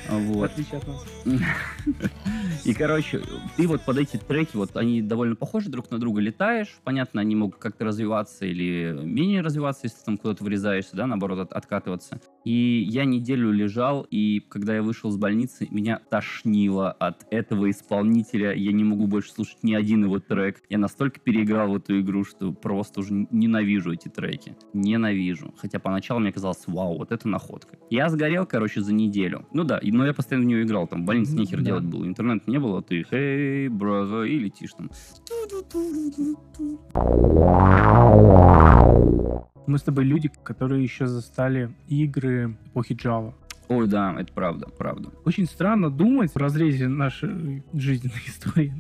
S2: В
S3: Вот.
S2: отличие от нас.
S3: И, короче, ты вот под эти треки, вот они довольно похожи друг на друга, летаешь, понятно, они могут как-то развиваться или менее развиваться, если ты там куда-то врезаешься, да, наоборот, от- откатываться. И я неделю лежал, и когда я вышел из больницы, меня тошнило от этого исполнителя. Я не могу больше слушать ни один его трек. Я настолько переиграл в эту игру, что просто уже ненавижу эти треки. Ненавижу. Хотя поначалу мне казалось, вау, вот это находка. Я сгорел, короче, за неделю. Ну да, и- но я постоянно в нее играл. Там в больнице
S2: Ну,
S3: нехер
S2: да.
S3: делать было. Интернет не было, а ты «Hey, brother», и летишь там.
S2: Мы с тобой люди, которые еще застали игры эпохи Java.
S3: Ой, да, это правда, правда.
S2: Очень странно думать в разрезе нашей жизненной истории,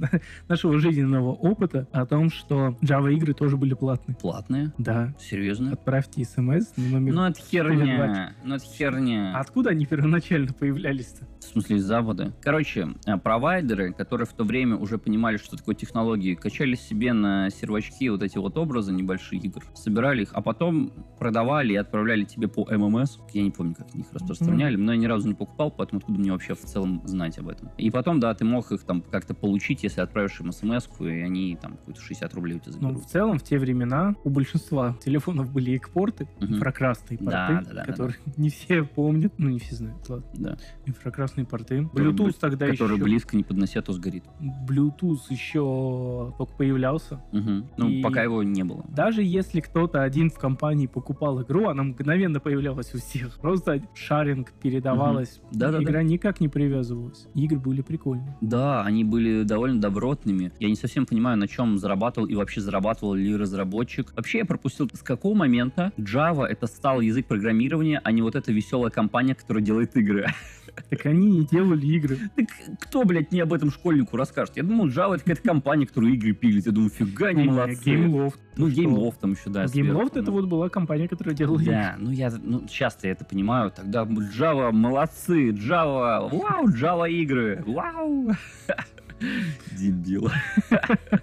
S2: нашего жизненного опыта о том, что Java-игры тоже были платные.
S3: Платные,
S2: Да.
S3: серьезно.
S2: Отправьте смс на номер...
S3: Ну это херня, ну это херня.
S2: А Откуда они первоначально появлялись-то?
S3: В смысле, из Запада. Короче, э, провайдеры, которые в то время уже понимали, что такое технологии, качали себе на сервачки вот эти вот образы небольшие игр, собирали их, а потом продавали и отправляли тебе по ММС. Я не помню, как они их распространяли, но я ни разу не покупал, поэтому откуда мне вообще в целом знать об этом. И потом, да, ты мог их там как-то получить, если отправишь им смс и они там какую-то 60 рублей у тебя
S2: Ну,
S3: заберут.
S2: в целом, в те времена у большинства телефонов были экпорты,
S3: Мгм.
S2: инфракрасные порты,
S3: Да, да, да, да,
S2: которые не все помнят, ну, не все знают, ладно.
S3: Да.
S2: Инфракрасные порты.
S3: Который
S2: Bluetooth
S3: бы-
S2: тогда
S3: Который
S2: еще...
S3: близко не поднося, то сгорит.
S2: Bluetooth еще только появлялся.
S3: Мгм. Ну,
S2: И-
S3: пока его не было.
S2: Даже если кто-то один в компании покупал игру, она мгновенно появлялась у всех. Просто шаринг передавалась.
S3: Да-да-да.
S2: Игра никак не привязывалась. Игры были прикольные.
S3: Да, они были довольно добротными. Я не совсем понимаю, на чем зарабатывал и вообще зарабатывал ли разработчик. Вообще я пропустил, с какого момента Java это стал язык программирования, а не вот эта веселая компания, которая делает игры.
S2: Так они не делали игры.
S3: Так кто, блядь, мне об этом школьнику расскажет? Я думал, Java это какая-то компания, которая игры пилит. Я думаю, фига они молодцы.
S2: Геймлофт.
S3: Ну,
S2: что?
S3: геймлов там еще, да. сверху,
S2: Геймлофт
S3: ну.
S2: это вот была компания, которая делала игры.
S3: Да, ну я, ну часто я это понимаю. Тогда Java молодцы, Java, вау, Java игры, вау. Дебил.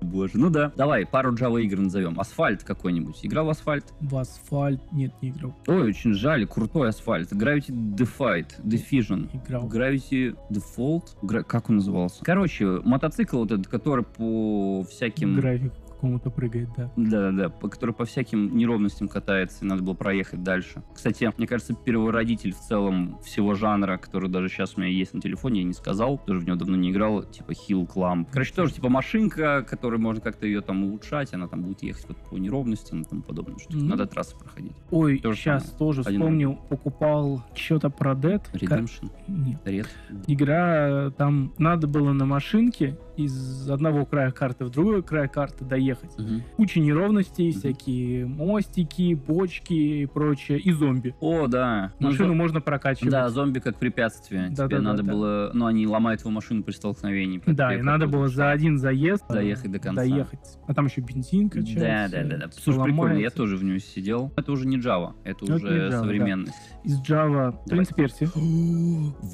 S3: Боже, ну да. Давай пару Java игр назовем. Асфальт какой-нибудь. Играл в асфальт?
S2: В асфальт. Нет, не играл.
S3: Ой, очень жаль, крутой асфальт. Gravity Defight, Diffusion.
S2: Играл.
S3: Gravity Default? Гра- Как он назывался? Короче, мотоцикл вот этот, который по всяким...
S2: График какому-то прыгает, да.
S3: Да-да-да, по- который по всяким неровностям катается, и надо было проехать дальше. Кстати, мне кажется, первородитель в целом всего жанра, который даже сейчас у меня есть на телефоне, я не сказал, тоже в него давно не играл, типа Hill Clamp. Короче, тоже типа машинка, которой можно как-то ее там улучшать, она там будет ехать вот по неровностям и тому подобное, что
S2: Мгм.
S3: надо трассы проходить.
S2: Ой,
S3: То же
S2: сейчас тоже
S3: Один
S2: вспомнил, покупал что-то про Dead. Ка-
S3: Redemption,
S2: Нет.
S3: Red.
S2: Игра, э, там надо было на машинке из одного края карты в другой край карты доехать.
S3: Мгм.
S2: Куча неровностей,
S3: Мгм.
S2: всякие мостики, бочки и прочее, и зомби.
S3: О, да. Ну,
S2: Машину
S3: зо-
S2: можно прокачивать.
S3: да, зомби как препятствие.
S2: Да,
S3: Тебе
S2: да, да,
S3: надо
S2: да.
S3: было... Ну, они ломают его машину при столкновении. поэтому
S2: Да,
S3: тебе
S2: и надо
S3: как-то
S2: было за один заезд э,
S3: Доехать до конца.
S2: доехать. А там еще бензин
S3: Да,
S2: качается.
S3: да, да, да.
S2: всё
S3: Слушай, прикольно, я
S2: ломается.
S3: тоже в нее сидел. Это уже не Java, это
S2: Ну, это не
S3: уже
S2: Java, да.
S3: современность.
S2: Из Java,
S3: Давай.
S2: Принц Перси.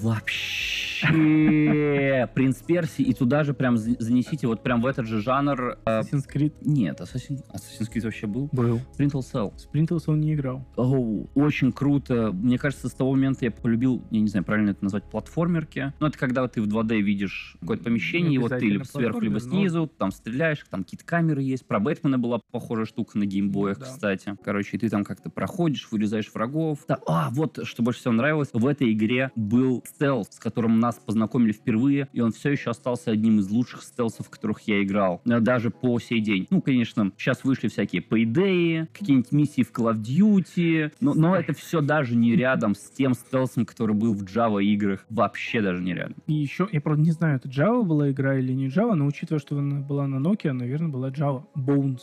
S3: Вообще. вообще принц Перси, и туда же прям за- занесите, вот прям в этот же жанр. э,
S2: Assassin's Creed
S3: Нет, Assassin- Assassin's Creed вообще был.
S2: был.
S3: Splinter Cell.
S2: Спринтелс он не играл.
S3: Оу, очень круто. Мне кажется, с того момента я полюбил, я не знаю, правильно это назвать, платформерки. Но это когда ты в 2D видишь какое-то помещение,
S2: Не
S3: и вот ты либо
S2: обязательно
S3: сверху, либо
S2: платформер, но-
S3: снизу, там стреляешь, там какие-то камеры есть. Про Бэтмена была похожая штука на геймбоях,
S2: Да.
S3: кстати. Короче, и ты там как-то проходишь, вырезаешь врагов. Та- А, вот что больше всего нравилось. В этой игре был стелс, с которым нас познакомили впервые, и он все еще остался одним из лучших стелсов, в которых я играл. Э, Даже по сей день. Ну, конечно, сейчас вышли всякие Payday, какие-нибудь миссии в Call of Duty, но, но это все даже не рядом с тем стелсом, который был в Java играх. Вообще даже не рядом.
S2: И еще, я правда не знаю, это Java была игра или не Java, но учитывая, что она была на Nokia, наверное, была Java. Bones.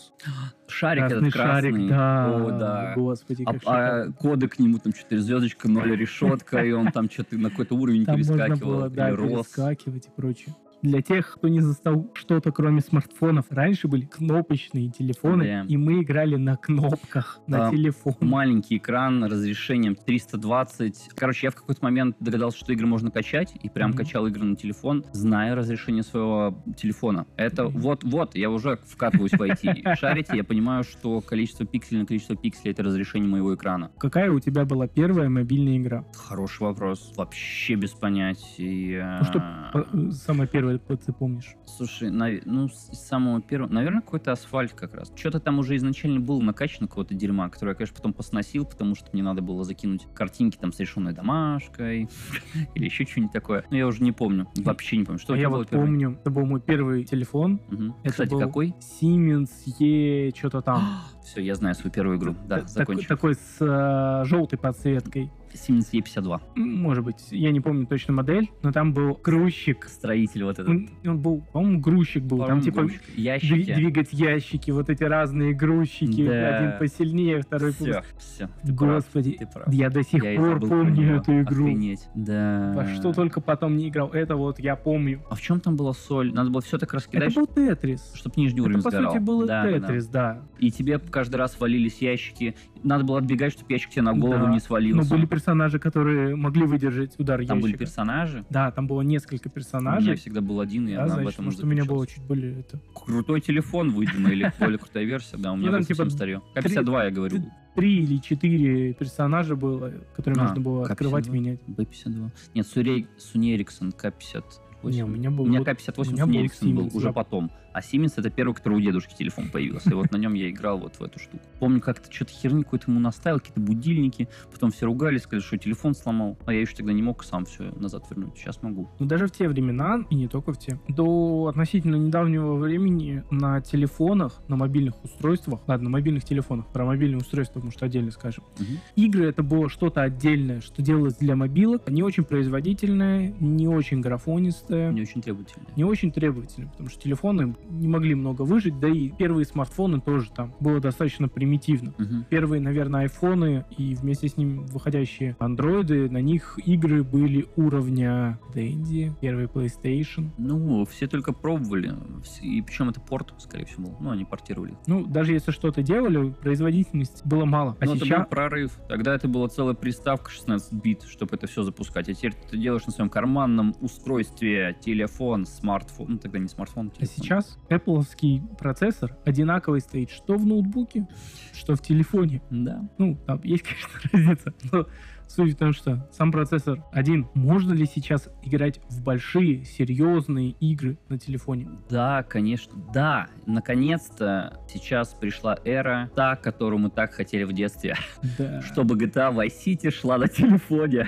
S3: Шарик этот красный.
S2: шарик, да.
S3: О, да.
S2: Господи,
S3: А,
S2: как
S3: а
S2: шикарно.
S3: коды к нему там что-то звездочка, ноль решетка, и он там что-то на какой-то уровень
S2: Там можно
S3: перескакивал.
S2: было, да,
S3: или рос.
S2: перескакивать и прочее. Для тех, кто не застал что-то, кроме смартфонов, раньше были кнопочные телефоны,
S3: Да.
S2: и мы играли на кнопках, на
S3: Да.
S2: телефон.
S3: маленький экран разрешением 320. Короче, я в какой-то момент догадался, что игры можно качать, и прям
S2: Мгм.
S3: качал игры на телефон, зная разрешение своего телефона. Это
S2: Мгм.
S3: вот-вот, я уже вкатываюсь в IT. Шарите, я понимаю, что количество пикселей на количество пикселей — это разрешение моего экрана.
S2: Какая у тебя была первая мобильная игра?
S3: Хороший вопрос. Вообще без понятия.
S2: Ну, что
S3: А.
S2: По- Самая первая, вот ты помнишь.
S3: Слушай, нав- ну, с с самого первого... Наверное, какой-то асфальт как раз. Что-то там уже изначально было накачано какого-то дерьма, которое я, конечно, потом посносил, потому что мне надо было закинуть картинки там с решенной домашкой или еще что-нибудь такое. Но я уже не помню. Вообще не помню. Что
S2: А
S3: у тебя
S2: я
S3: было
S2: вот
S3: первое?
S2: помню, это был мой первый телефон.
S3: Мгм.
S2: Это
S3: Кстати,
S2: был
S3: какой?
S2: Siemens E что-то там.
S3: Все, я знаю свою первую игру. Да,
S2: Так-
S3: закончу.
S2: Такой с э, желтой подсветкой.
S3: Siemens E52.
S2: М, Может быть, я не помню точно модель, но там был грузчик.
S3: Строитель вот этот.
S2: Он, он был, по-моему, грузчик был. там
S3: По-моему,
S2: типа
S3: грузчик.
S2: дви-
S3: Ящики.
S2: двигать ящики, вот эти разные грузчики.
S3: Да.
S2: Один посильнее, второй
S3: Все,
S2: пос-
S3: все.
S2: Господи,
S3: Ты прав.
S2: я до сих
S3: Я и
S2: пор
S3: забыл про
S2: помню
S3: неё.
S2: эту игру.
S3: Охренеть. Да.
S2: Во что только потом не играл. Это вот я помню.
S3: А в чем там была соль? Надо было все так раскидать,
S2: Это был Тетрис.
S3: чтобы нижний
S2: Это,
S3: уровень
S2: по
S3: сгорал.
S2: сути, был
S3: Да, да, да.
S2: Тетрис, да.
S3: И тебе каждый раз валились ящики. Надо было отбегать, чтобы ящик тебе на голову
S2: Да.
S3: не
S2: Но
S3: свалился.
S2: были персонажи, которые могли выдержать удар
S3: Там были
S2: ящика.
S3: персонажи.
S2: Да, там было несколько
S3: У меня
S2: персонажей.
S3: всегда был один, и
S2: Да,
S3: я об
S2: значит,
S3: этом
S2: может,
S3: уже
S2: у меня было
S3: заключался.
S2: чуть более это...
S3: Крутой телефон, видимо, или более крутая версия. Да, у меня
S2: там,
S3: был
S2: типа,
S3: совсем старье.
S2: три-
S3: К-52 я говорю.
S2: три- Три или четыре персонажа было, которые
S3: А,
S2: можно было
S3: как
S2: открывать,
S3: всегда.
S2: менять.
S3: Б-52. Нет, Сурей... Суни Эриксон, К-58.
S2: Не, у меня
S3: У
S2: был...
S3: меня
S2: типа, вот-
S3: К-58
S2: у меня
S3: Суни
S2: был
S3: Эриксон был
S2: Siemens,
S3: уже
S2: да.
S3: потом. А Siemens это первый, который у дедушки телефон появился. И вот на нем я играл вот в эту штуку. Помню, как-то что-то херню какую-то ему наставил, какие-то будильники. Потом все ругались, сказали, что телефон сломал. А я еще тогда не мог сам все назад вернуть. Сейчас могу.
S2: Но Ну, даже в те времена, и не только в те, до относительно недавнего времени на телефонах, на мобильных устройствах, ладно, на мобильных телефонах, про мобильные устройства, может, отдельно скажем,
S3: Мгм.
S2: игры это было что-то отдельное, что делалось для мобилок, не очень производительное, не очень графонистое.
S3: Не очень требовательный.
S2: Э, не очень требовательны, потому что телефоны не могли много выжить, да и первые смартфоны тоже там было достаточно примитивно.
S3: Мгм.
S2: Первые, наверное, айфоны и вместе с ними выходящие андроиды, на них игры были уровня Дэнди, первый PlayStation.
S3: Ну, все только пробовали. Вс- И причем это порт, скорее всего, был. Ну, они портировали.
S2: Ну, даже если что-то делали, производительности было мало. А
S3: Ну, это был
S2: сейчас...
S3: прорыв. Тогда это была целая приставка 16 бит, чтобы это все запускать. А теперь ты это делаешь на своем карманном устройстве, телефон, смартфон. Ну, тогда не смартфон,
S2: А
S3: телефон.
S2: сейчас Apple процессор одинаковый стоит что в ноутбуке, что в телефоне.
S3: Да.
S2: Ну, там есть, конечно, разница, но суть в том, что сам процессор один. Можно ли сейчас играть в большие, серьезные игры на телефоне?
S3: Да, конечно. Да, наконец-то сейчас пришла эра, та, которую мы так хотели в детстве.
S2: Да.
S3: чтобы GTA Vice City шла на телефоне.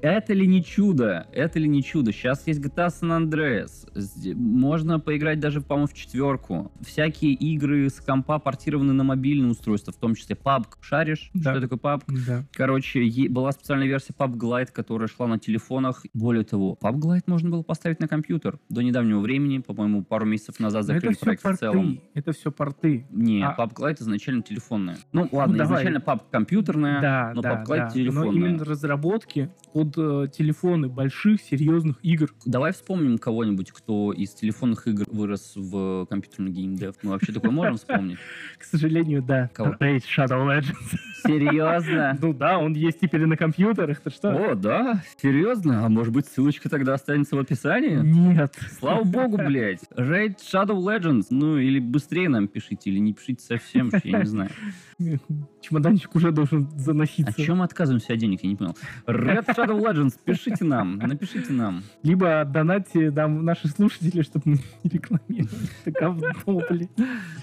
S3: Это ли не чудо? Это ли не чудо? Сейчас есть GTA San Andreas. Зде- Можно поиграть даже, по-моему, в четверку. Всякие игры с компа портированы на мобильные устройства, в том числе PUBG. Шаришь?
S2: Да.
S3: Что такое PUBG?
S2: Да.
S3: Короче, е- была специальная версия PUBG Lite, которая шла на телефонах. Более того, PUBG Lite можно было поставить на компьютер. До недавнего времени, по-моему, пару месяцев назад
S2: Но
S3: закрыли
S2: это все
S3: проект в
S2: порты.
S3: целом.
S2: Это все порты.
S3: Не,
S2: А-
S3: PUBG Lite изначально телефонная. Ну ладно,
S2: давай.
S3: изначально PUBG компьютерная,
S2: Да,
S3: но
S2: да,
S3: PUBG
S2: да.
S3: Lite
S2: Но
S3: телефонная.
S2: именно разработки под э, телефоны больших, серьезных игр.
S3: Давай вспомним кого-нибудь, кто из телефонных игр вырос в компьютерный геймдев. Мы вообще такое можем вспомнить?
S2: К сожалению, да.
S3: Кого?
S2: Raid Shadow Legends.
S3: Серьезно?
S2: Ну Ну да, он есть теперь и на компьютерах, ты что?
S3: О, да? Серьезно? А может быть, ссылочка тогда останется в описании?
S2: Нет.
S3: Слава богу, блядь. Raid Shadow Legends. Ну, или быстрее нам пишите, или не пишите совсем, вообще, я не знаю.
S2: Чемоданчик уже должен
S3: О
S2: заноситься.
S3: чем мы отказываемся от денег, я не понял. Red Shadow Legends, пишите нам, напишите нам.
S2: Либо донатьте нам наши слушатели, чтобы мы не рекламировали. Это говно, блин.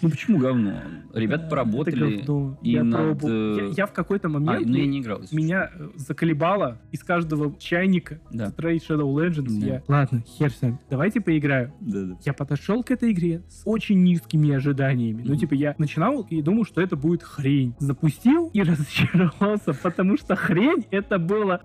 S3: Ну почему говно? Ребят
S2: Это
S3: поработали.
S2: говно.
S3: и
S2: я,
S3: над,
S2: пробовал.
S3: э,
S2: Я- я в какой-то
S3: А,
S2: момент...
S3: ну я не играл. если
S2: Меня э, заколебало из каждого чайника
S3: Да.
S2: Raid Shadow Legends.
S3: Да.
S2: Я, ладно, хер с вами, давайте поиграю.
S3: что. Да-да.
S2: Я подошел к этой игре с очень низкими ожиданиями. Ну,
S3: Мгм.
S2: типа, я начинал и думал, что это будет хрень. Запустил и разочаровался, потому что хрень это было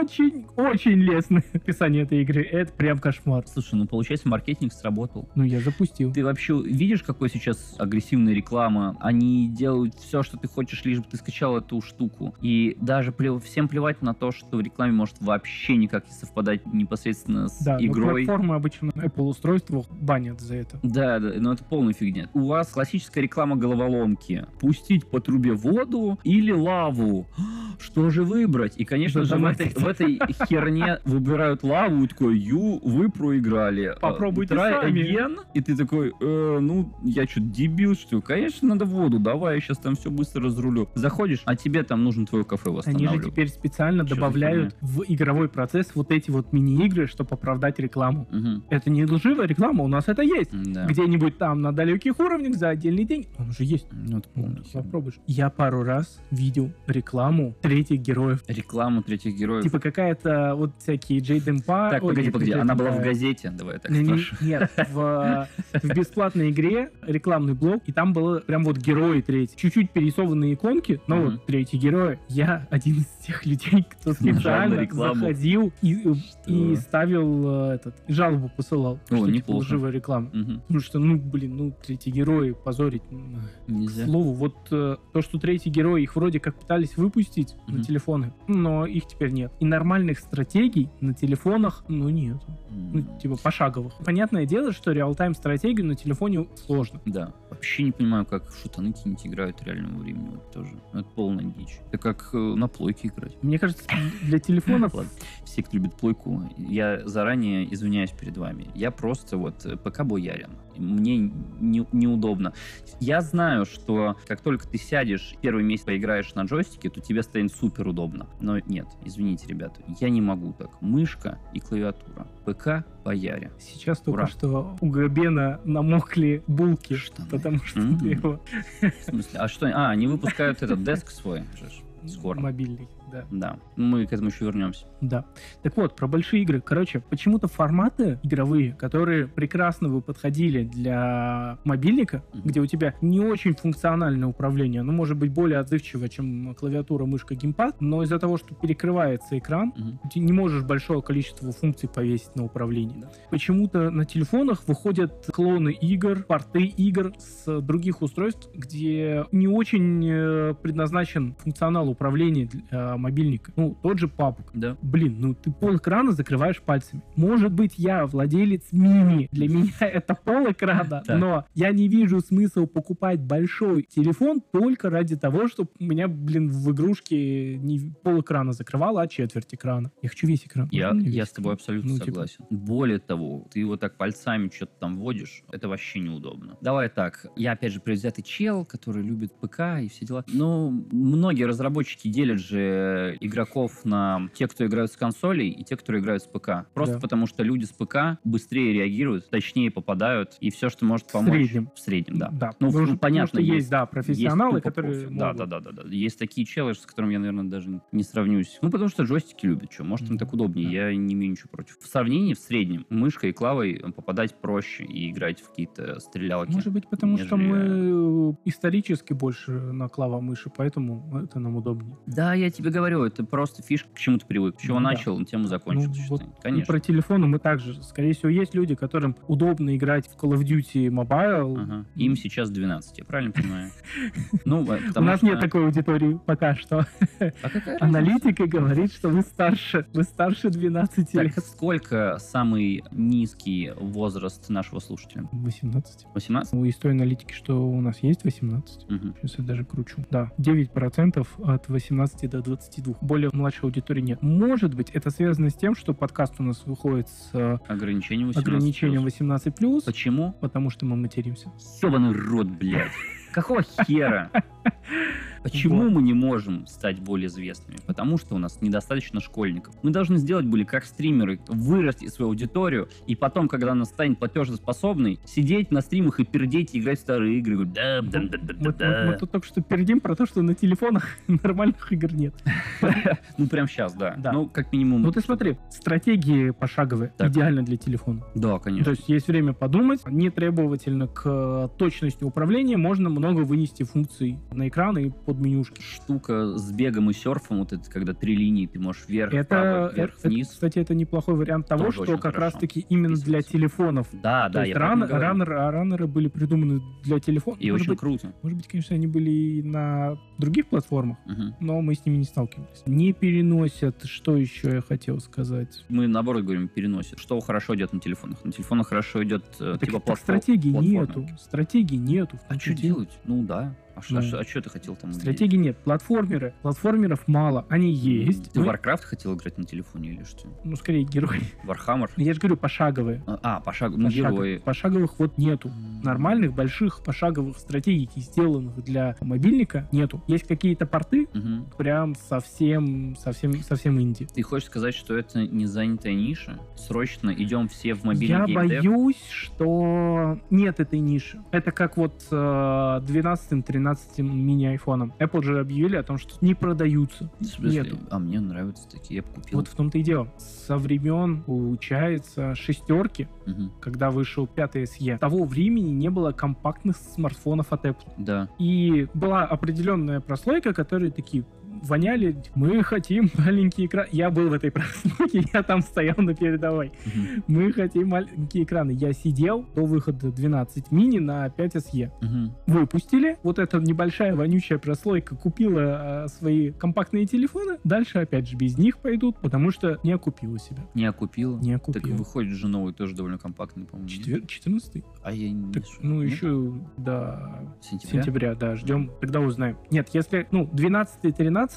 S2: очень-очень-очень лестное описание этой игры. Это прям кошмар.
S3: Слушай, ну получается маркетинг сработал.
S2: Ну, я запустил.
S3: Ты вообще видишь, какой сейчас агрессивная реклама? Они делают все, что ты хочешь, лишь бы ты скачал эту штуку. И даже плев- всем плевать на то, что в рекламе может вообще никак не совпадать непосредственно с
S2: Да, ну, но
S3: игрой.
S2: платформы обычно на Apple устройствах банят за это.
S3: Да, да, но это полная фигня. У вас классическая реклама головоломки. Пустить по трубе воду или лаву? Что же выбрать? И, конечно же, в этой, в этой херне выбирают лаву, и такой, ю, вы проиграли. А,
S2: Попробуйте
S3: try
S2: сами.
S3: again». И ты такой, «Э, ну, я что, дебил, что ли? Конечно, надо воду, давай, я сейчас там все быстро разрулю. Заходишь, а тебе там нужно твое кафе
S2: Они же
S3: восстанавливать.
S2: теперь специально
S3: Чё за
S2: добавляют в игровой процесс вот эти вот мини-игры, чтобы оправдать рекламу.
S3: Мгм.
S2: Это не лживая реклама, у нас это есть.
S3: Да.
S2: Где-нибудь там на далеких уровнях за отдельный день. Он же есть.
S3: Ну, это полная херня.
S2: Попробуешь. Я пару раз видел рекламу третьих героев.
S3: Реклама третьих героев.
S2: Типа какая-то вот всякие Джейден Па.
S3: так,
S2: Ой,
S3: погоди,
S2: нет,
S3: погоди,
S2: Джейден
S3: она была в
S2: Па.
S3: газете, давай я так
S2: Не- не-
S3: спрашиваю.
S2: Нет, в, э, в бесплатной игре рекламный блок, и там было прям вот герои третьи. Чуть-чуть перерисованные иконки, но
S3: Мгм.
S2: вот третий герой. Я один из тех людей, кто
S3: Нажал на
S2: специально
S3: рекламу.
S2: заходил и, э, и
S3: Что?
S2: ставил э, этот, жалобу посылал. что, типа,
S3: неплохо.
S2: лживая реклама.
S3: Мгм.
S2: Ну что, ну блин, ну третий герой позорить. м, К
S3: Нельзя.
S2: слову, вот э, то, что третий герой, их вроде как пытались выпустить
S3: Мгм.
S2: на телефоны, но их теперь нет. И нормальных стратегий на телефонах, ну, нет. Ну,
S3: М,
S2: типа пошаговых. Понятное дело, что реал-тайм стратегию на телефоне сложно.
S3: Да. Вообще не понимаю, как в шутаны какие-нибудь играют реального времени. Вот тоже. Это полная дичь. Это как э, на плойке играть.
S2: Мне кажется, для телефонов...
S3: Ладно. Все, кто любит плойку, я заранее извиняюсь перед вами. Я просто вот э, ПК-боярин. Мне не- неудобно. Я знаю, что как только ты сядешь, первый месяц поиграешь на джойстике, то тебе станет супер удобно. Но нет, извините, ребята, я не могу так. Мышка и клавиатура. ПК-боярин.
S2: Сейчас только
S3: Ура.
S2: что у Габена А намокли булки,
S3: Штаны.
S2: потому что
S3: М.
S2: ты его
S3: В смысле? А что? А, они выпускают этот деск свой же ж скоро.
S2: мобильный. Да.
S3: Да, мы к этому еще вернемся.
S2: Да. Так вот, про большие игры. Короче, почему-то форматы игровые, которые прекрасно бы подходили для мобильника,
S3: Мгм.
S2: где у тебя не очень функциональное управление, оно может быть более отзывчивое, чем клавиатура, мышка, геймпад, но из-за того, что перекрывается экран,
S3: Мгм.
S2: ты не можешь большое количество функций повесить на управление. Почему-то на телефонах выходят клоны игр, порты игр с других устройств, где не очень э, предназначен функционал управления для, э, мобильника. Ну, тот же PUBG.
S3: Да.
S2: Блин, ну ты пол экрана закрываешь пальцами. Может быть, я владелец мини. Для меня это пол экрана,
S3: Так.
S2: но я не вижу смысла покупать большой телефон только ради того, чтобы у меня, блин, в игрушке не пол экрана закрывало, а четверть экрана. Я хочу весь экран.
S3: Я,
S2: Можно мне
S3: я
S2: весь
S3: с тобой
S2: экран?
S3: абсолютно
S2: Ну, типа,
S3: согласен. Более того, ты его так пальцами что-то там вводишь, это вообще неудобно. Давай так, я опять же предвзятый чел, который любит ПК и все дела. Но многие разработчики делят же игроков на те, кто играют с консолей, и те, кто играют с ПК. Просто
S2: Да.
S3: потому, что люди с ПК быстрее реагируют, точнее попадают, и все, что может
S2: В
S3: помочь.
S2: среднем.
S3: В среднем, да.
S2: Да,
S3: Ну,
S2: потому
S3: ну,
S2: что- потому
S3: понятно,
S2: что
S3: есть-
S2: есть, да, профессионалы,
S3: Есть тупо
S2: которые
S3: профи. Да,
S2: могут.
S3: да, да, да, да. Есть такие челы, с которыми я, наверное, даже не сравнюсь. Ну, потому что джойстики любят, что. Может, им
S2: Да,
S3: так удобнее. Я не имею ничего против. В сравнении, в среднем, мышкой и клавой попадать проще и играть в какие-то стрелялки.
S2: Может быть, потому что
S3: нежели-
S2: мы э, исторически больше на клава мыши, поэтому это нам удобнее.
S3: Да, я тебе говорю, это просто фишка, к чему ты привык. С чего
S2: Ну да.
S3: начал, на тему закончил.
S2: Ну
S3: считай.
S2: И
S3: Конечно.
S2: про телефоны мы также. Скорее всего, есть люди, которым удобно играть в Call of Duty Mobile.
S3: Ага. Им сейчас 12, я правильно понимаю? Ну, а,
S2: У
S3: потому
S2: нас
S3: что...
S2: нет такой аудитории пока что.
S3: А какая разница?
S2: Аналитика говорит, что вы старше. Вы старше 12
S3: Так,
S2: лет.
S3: сколько самый низкий возраст нашего слушателя?
S2: 18.
S3: 18?
S2: Ну, из той аналитики, что у нас есть, 18.
S3: Мгм.
S2: Сейчас я даже кручу. Да, 9% от 18 до 22. Более младшей аудитории нет. Может быть, это связано с тем, что подкаст у нас выходит с э,
S3: Ограничение 18.
S2: ограничением 18+,
S3: Почему?
S2: потому что мы материмся.
S3: Ёбаный рот, блядь. Какого хера? Почему
S2: Вот.
S3: мы не можем стать более известными? Потому что у нас недостаточно школьников. Мы должны сделать были как стримеры, вырасти свою аудиторию, и потом, когда она станет платежеспособной, сидеть на стримах и пердеть, и играть в старые игры. Говорить, «Да, да, да, да, да,
S2: Вот, вот мы
S3: да».
S2: тут только что передим про то, что на телефонах нормальных игр нет.
S3: Ну, прям сейчас, да.
S2: Да.
S3: Ну, как минимум.
S2: Ну ты смотри, стратегии пошаговые
S3: Так.
S2: идеально для телефона.
S3: Да,
S2: То
S3: конечно.
S2: есть есть время подумать, не требовательно к э, точности управления, можно много вынести функций на экран и под менюшки.
S3: Штука с бегом и серфом, вот это, когда три линии, ты можешь вверх,
S2: Это, э,
S3: вправо, вверх,
S2: это,
S3: вниз.
S2: кстати, это неплохой вариант того,
S3: Тоже
S2: что
S3: очень
S2: как
S3: хорошо
S2: раз-таки именно для
S3: вписывается.
S2: телефонов.
S3: Да,
S2: То
S3: да,
S2: есть
S3: я про это
S2: ран-
S3: говорю.
S2: раннер- а раннеры были придуманы для телефона.
S3: И
S2: может,
S3: очень
S2: быть,
S3: круто.
S2: может быть, конечно, они были и на других платформах,
S3: Мгм.
S2: но мы с ними не сталкивались. Не переносят, что еще я хотел сказать.
S3: Мы наоборот говорим, переносит. Что хорошо идет на телефонах? На телефонах хорошо идет э,
S2: Так,
S3: типа
S2: так
S3: платфо-
S2: стратегии
S3: платформы.
S2: нету. Стратегии нету.
S3: А что делать? Ну да. А что
S2: Ну.
S3: ты хотел там увидеть?
S2: Стратегии нет. Платформеры. Платформеров мало. Они есть.
S3: Ты
S2: Мы-
S3: в Warcraft хотел играть на телефоне или что?
S2: Ну, скорее, герои.
S3: Warhammer?
S2: Я же говорю, пошаговые.
S3: А, по шагу. Ну,
S2: Пошаг-
S3: герои.
S2: Пошаговых вот нету. Нормальных, больших, пошаговых стратегий, сделанных для мобильника, нету. Есть какие-то порты,
S3: Мгм.
S2: прям совсем, совсем, совсем инди.
S3: Ты хочешь сказать, что это не занятая ниша? Срочно идем все в мобильный
S2: Я
S3: геймдев?
S2: боюсь, что нет этой ниши. Это как вот с э, 12-13 мини-айфоном. Apple же объявили о том, что не продаются.
S3: В смысле?
S2: Нету.
S3: А мне нравятся такие, я бы купил.
S2: Вот в том-то и дело. Со времен, получается, шестерки,
S3: Мгм.
S2: когда вышел 5 SE, того времени не было компактных смартфонов от Apple.
S3: Да.
S2: И была определенная прослойка, которые такие воняли, типа, мы хотим маленький экран. Я был в этой прослойке, я там стоял на передовой.
S3: Мгм.
S2: Мы хотим маленькие экраны. Я сидел до выхода 12 мини на 5 SE.
S3: Мгм.
S2: Выпустили. Вот эта небольшая вонючая прослойка купила э, свои компактные телефоны. Дальше опять же без них пойдут, потому что не окупила себя.
S3: Не окупила?
S2: Не
S3: Так
S2: окупила.
S3: выходит же новый, тоже довольно компактный, по-моему. нет?
S2: Четвер- 14
S3: А я не...
S2: Так,
S3: слышал.
S2: ну
S3: Нет?
S2: еще до
S3: Сентября?
S2: сентября, да, ждем, тогда узнаем. Нет, если, ну, 12 и 13,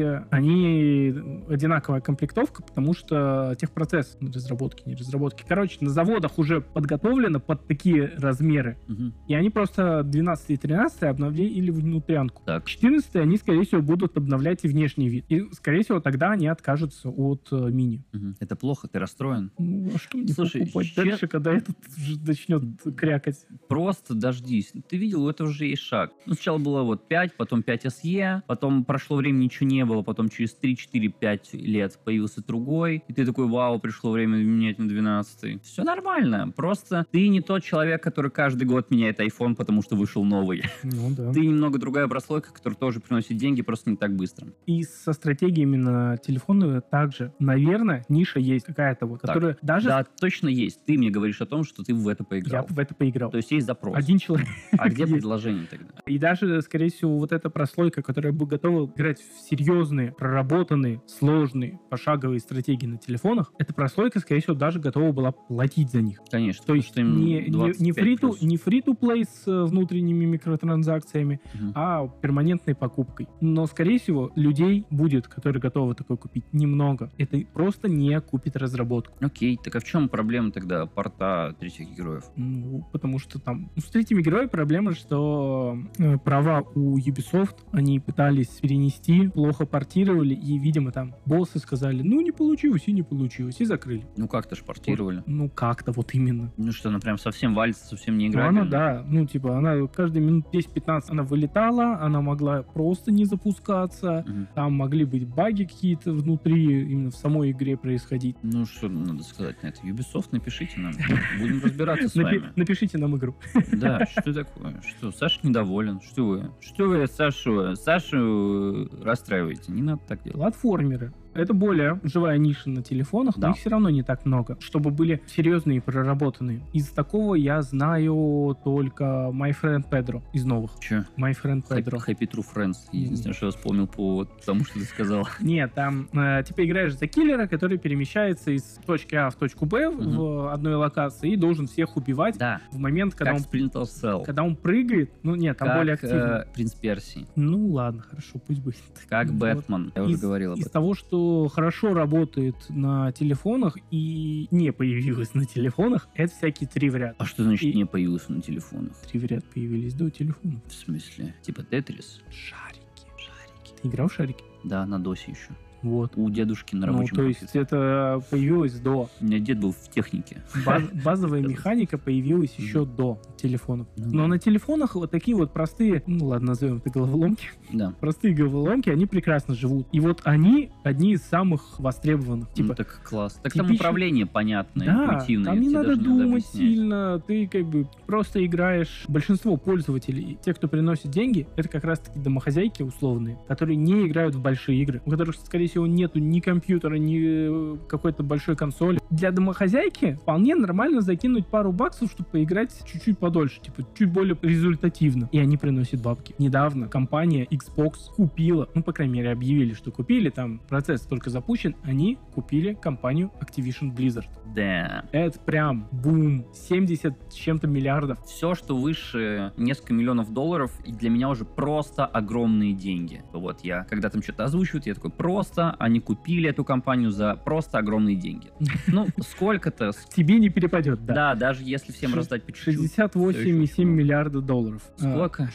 S2: э, они одинаковая комплектовка, потому что техпроцесс ну, разработки, не разработки. Короче, на заводах уже подготовлено под такие размеры,
S3: Мгм.
S2: и они просто 12 и 13 обновили внутрянку.
S3: Так,
S2: 14 они, скорее всего, будут обновлять и внешний вид. И, скорее всего, тогда они откажутся от э, мини.
S3: мгм. это плохо, ты расстроен.
S2: Ну, а что мне
S3: Слушай,
S2: покупать
S3: че-
S2: дальше, когда этот уже начнет крякать?
S3: Просто дождись. Ты видел, у этого же есть шаг. Ну, сначала было вот 5, потом 5 SE, потом прошло время, ничего не было, потом через 3-4-5 лет появился другой, и ты такой, вау, пришло время менять на 12 Все нормально, просто ты не тот человек, который каждый год меняет iPhone, потому что вышел новый.
S2: Ну, да.
S3: Ты немного другая прослойка, которая тоже приносит деньги, просто не так быстро.
S2: И со стратегиями на телефоны также, наверное, ниша есть какая-то, вот,
S3: Так,
S2: которая даже
S3: Да, точно есть. Ты мне говоришь о том, что ты в это
S2: я
S3: поиграл.
S2: в это поиграл.
S3: То есть есть запрос.
S2: Один человек.
S3: А где
S2: есть.
S3: предложение тогда?
S2: И даже, скорее всего, вот эта прослойка, которая бы готова играть в серьезные, проработанные, сложные, пошаговые стратегии на телефонах, эта прослойка, скорее всего, даже готова была платить за них.
S3: Конечно.
S2: То
S3: потому
S2: есть
S3: что им
S2: не, не,
S3: 25 плюс.
S2: не free-to-play с э, внутренними микротранзакциями,
S3: Мгм.
S2: а перманентной покупкой. Но, скорее всего, людей будет, которые готовы такое купить, немного. Это просто не купит разработку.
S3: Окей, так а в чем проблема тогда порта третьих героев?
S2: Ну, потому что там... ну, С третьими героями проблема, что э, права у Ubisoft они пытались перенести, плохо портировали, и, видимо, там боссы сказали, ну, не получилось и не получилось, и закрыли.
S3: Ну как-то ж портировали.
S2: Ну, как-то вот именно.
S3: Ну что, она прям совсем вальса, совсем не
S2: Ну,
S3: играет.
S2: она, да, ну, типа, она каждые минут 10-15 она вылетала, она могла просто не запускаться, там могли быть баги какие-то внутри, именно в самой игре происходить.
S3: Ну что надо сказать на это? Ubisoft, напишите нам. Будем разбираться с
S2: Напи-
S3: вами.
S2: напишите нам игру.
S3: Да, что такое? Что, Саша недоволен? Что вы? Что вы Сашу? Сашу вы расстраиваете. Не надо так делать.
S2: Платформеры. Это более живая ниша на телефонах,
S3: Да.
S2: но их все равно не так много, чтобы были серьезные и проработанные. Из такого я знаю только My Friend Pedro из новых.
S3: Че?
S2: My Friend Pedro.
S3: Happy True Friends. Единственное, что я вспомнил по тому, что ты сказал.
S2: Нет, там э, типа играешь за киллера, который перемещается из точки А в точку Б в-
S3: Мгм.
S2: в одной локации и должен всех убивать
S3: Да.
S2: в момент, когда
S3: Как
S2: он
S3: Splinter Cell.
S2: когда он прыгает. Ну нет, там
S3: Как,
S2: более активно.
S3: э, Принц Персии.
S2: Ну ладно, хорошо, пусть будет.
S3: Как
S2: Ну, Вот.
S3: Бэтмен. Я уже
S2: Из-
S3: говорил об
S2: Из
S3: этом.
S2: того, что хорошо работает на телефонах и не появилось на телефонах, это всякие три в ряд.
S3: А что значит
S2: И-
S3: не появился на телефонах?
S2: Три в ряд появились до телефонов.
S3: В смысле? Типа Тетрис?
S2: Шарики. Шарики. Ты играл в шарики?
S3: Да, на досе еще.
S2: Вот.
S3: У дедушки на
S2: Ну,
S3: рабочем
S2: то есть
S3: компьютере.
S2: это появилось до.
S3: У меня дед был в технике.
S2: Баз- базовая механика появилась
S3: Мгм.
S2: еще до телефонов.
S3: Ну
S2: Но
S3: да.
S2: на телефонах вот такие вот простые, ну ладно, назовем это головоломки,
S3: Да.
S2: простые головоломки, они прекрасно живут. И вот они одни из самых востребованных.
S3: Типа,
S2: Типа,
S3: так класс. Так там
S2: типичный-
S3: управление понятное,
S2: да,
S3: интуитивное.
S2: там не
S3: тебе
S2: надо
S3: даже
S2: думать
S3: объяснять.
S2: сильно, ты как бы просто играешь. Большинство пользователей, те, кто приносит деньги, это как раз-таки домохозяйки условные, которые не играют в большие игры, у которых, скорее всего, нету ни компьютера, ни э, какой-то большой консоли. Для домохозяйки вполне нормально закинуть пару баксов, чтобы поиграть чуть-чуть подольше, типа чуть более результативно. И они приносят бабки. Недавно компания Xbox купила, ну, по крайней мере, объявили, что купили, там процесс только запущен, они купили компанию Activision Blizzard.
S3: Да.
S2: Это прям бум. 70 с чем-то миллиардов.
S3: Все, что выше несколько миллионов долларов, и для меня уже просто огромные деньги. Вот я, когда там что-то озвучивают, я такой, просто они купили эту компанию за просто огромные деньги. Ну, сколько-то, с-
S2: Тебе не перепадет, да.
S3: да, даже если всем
S2: Ше-
S3: раздать по чуть-чуть.
S2: 68,7 миллиарда долларов. А,
S3: Сколько?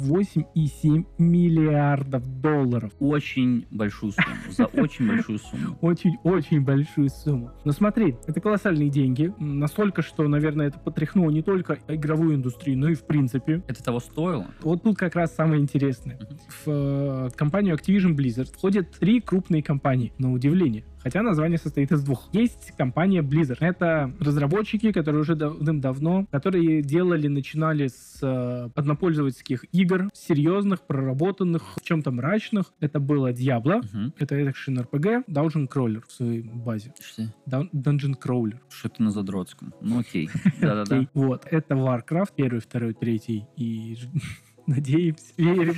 S2: 68,7 миллиардов долларов.
S3: Очень большую сумму, за очень большую сумму.
S2: Очень-очень большую сумму. Но смотри, это колоссальные деньги. М, Настолько, что, наверное, это потряхнуло не только игровую индустрию, но и в принципе.
S3: Это того стоило?
S2: Вот тут как раз самое интересное.
S3: Мгм.
S2: В э, компанию Activision Blizzard входят три крупные компании, на удивление. Хотя название состоит из двух. Есть компания Blizzard. Это разработчики, которые уже давным-давно, которые делали, начинали с э, однопользовательских игр, серьезных, проработанных, в чем-то мрачных. Это было Diablo,
S3: Мгм.
S2: это экшен RPG, Dungeon Crawler в своей базе.
S3: Что?
S2: Дун- Dungeon Crawler.
S3: Что-то на Задротском. Ну окей. Да-да-да.
S2: Окей. Вот, это Warcraft, первый, второй, третий и... ж- Надеемся, верим,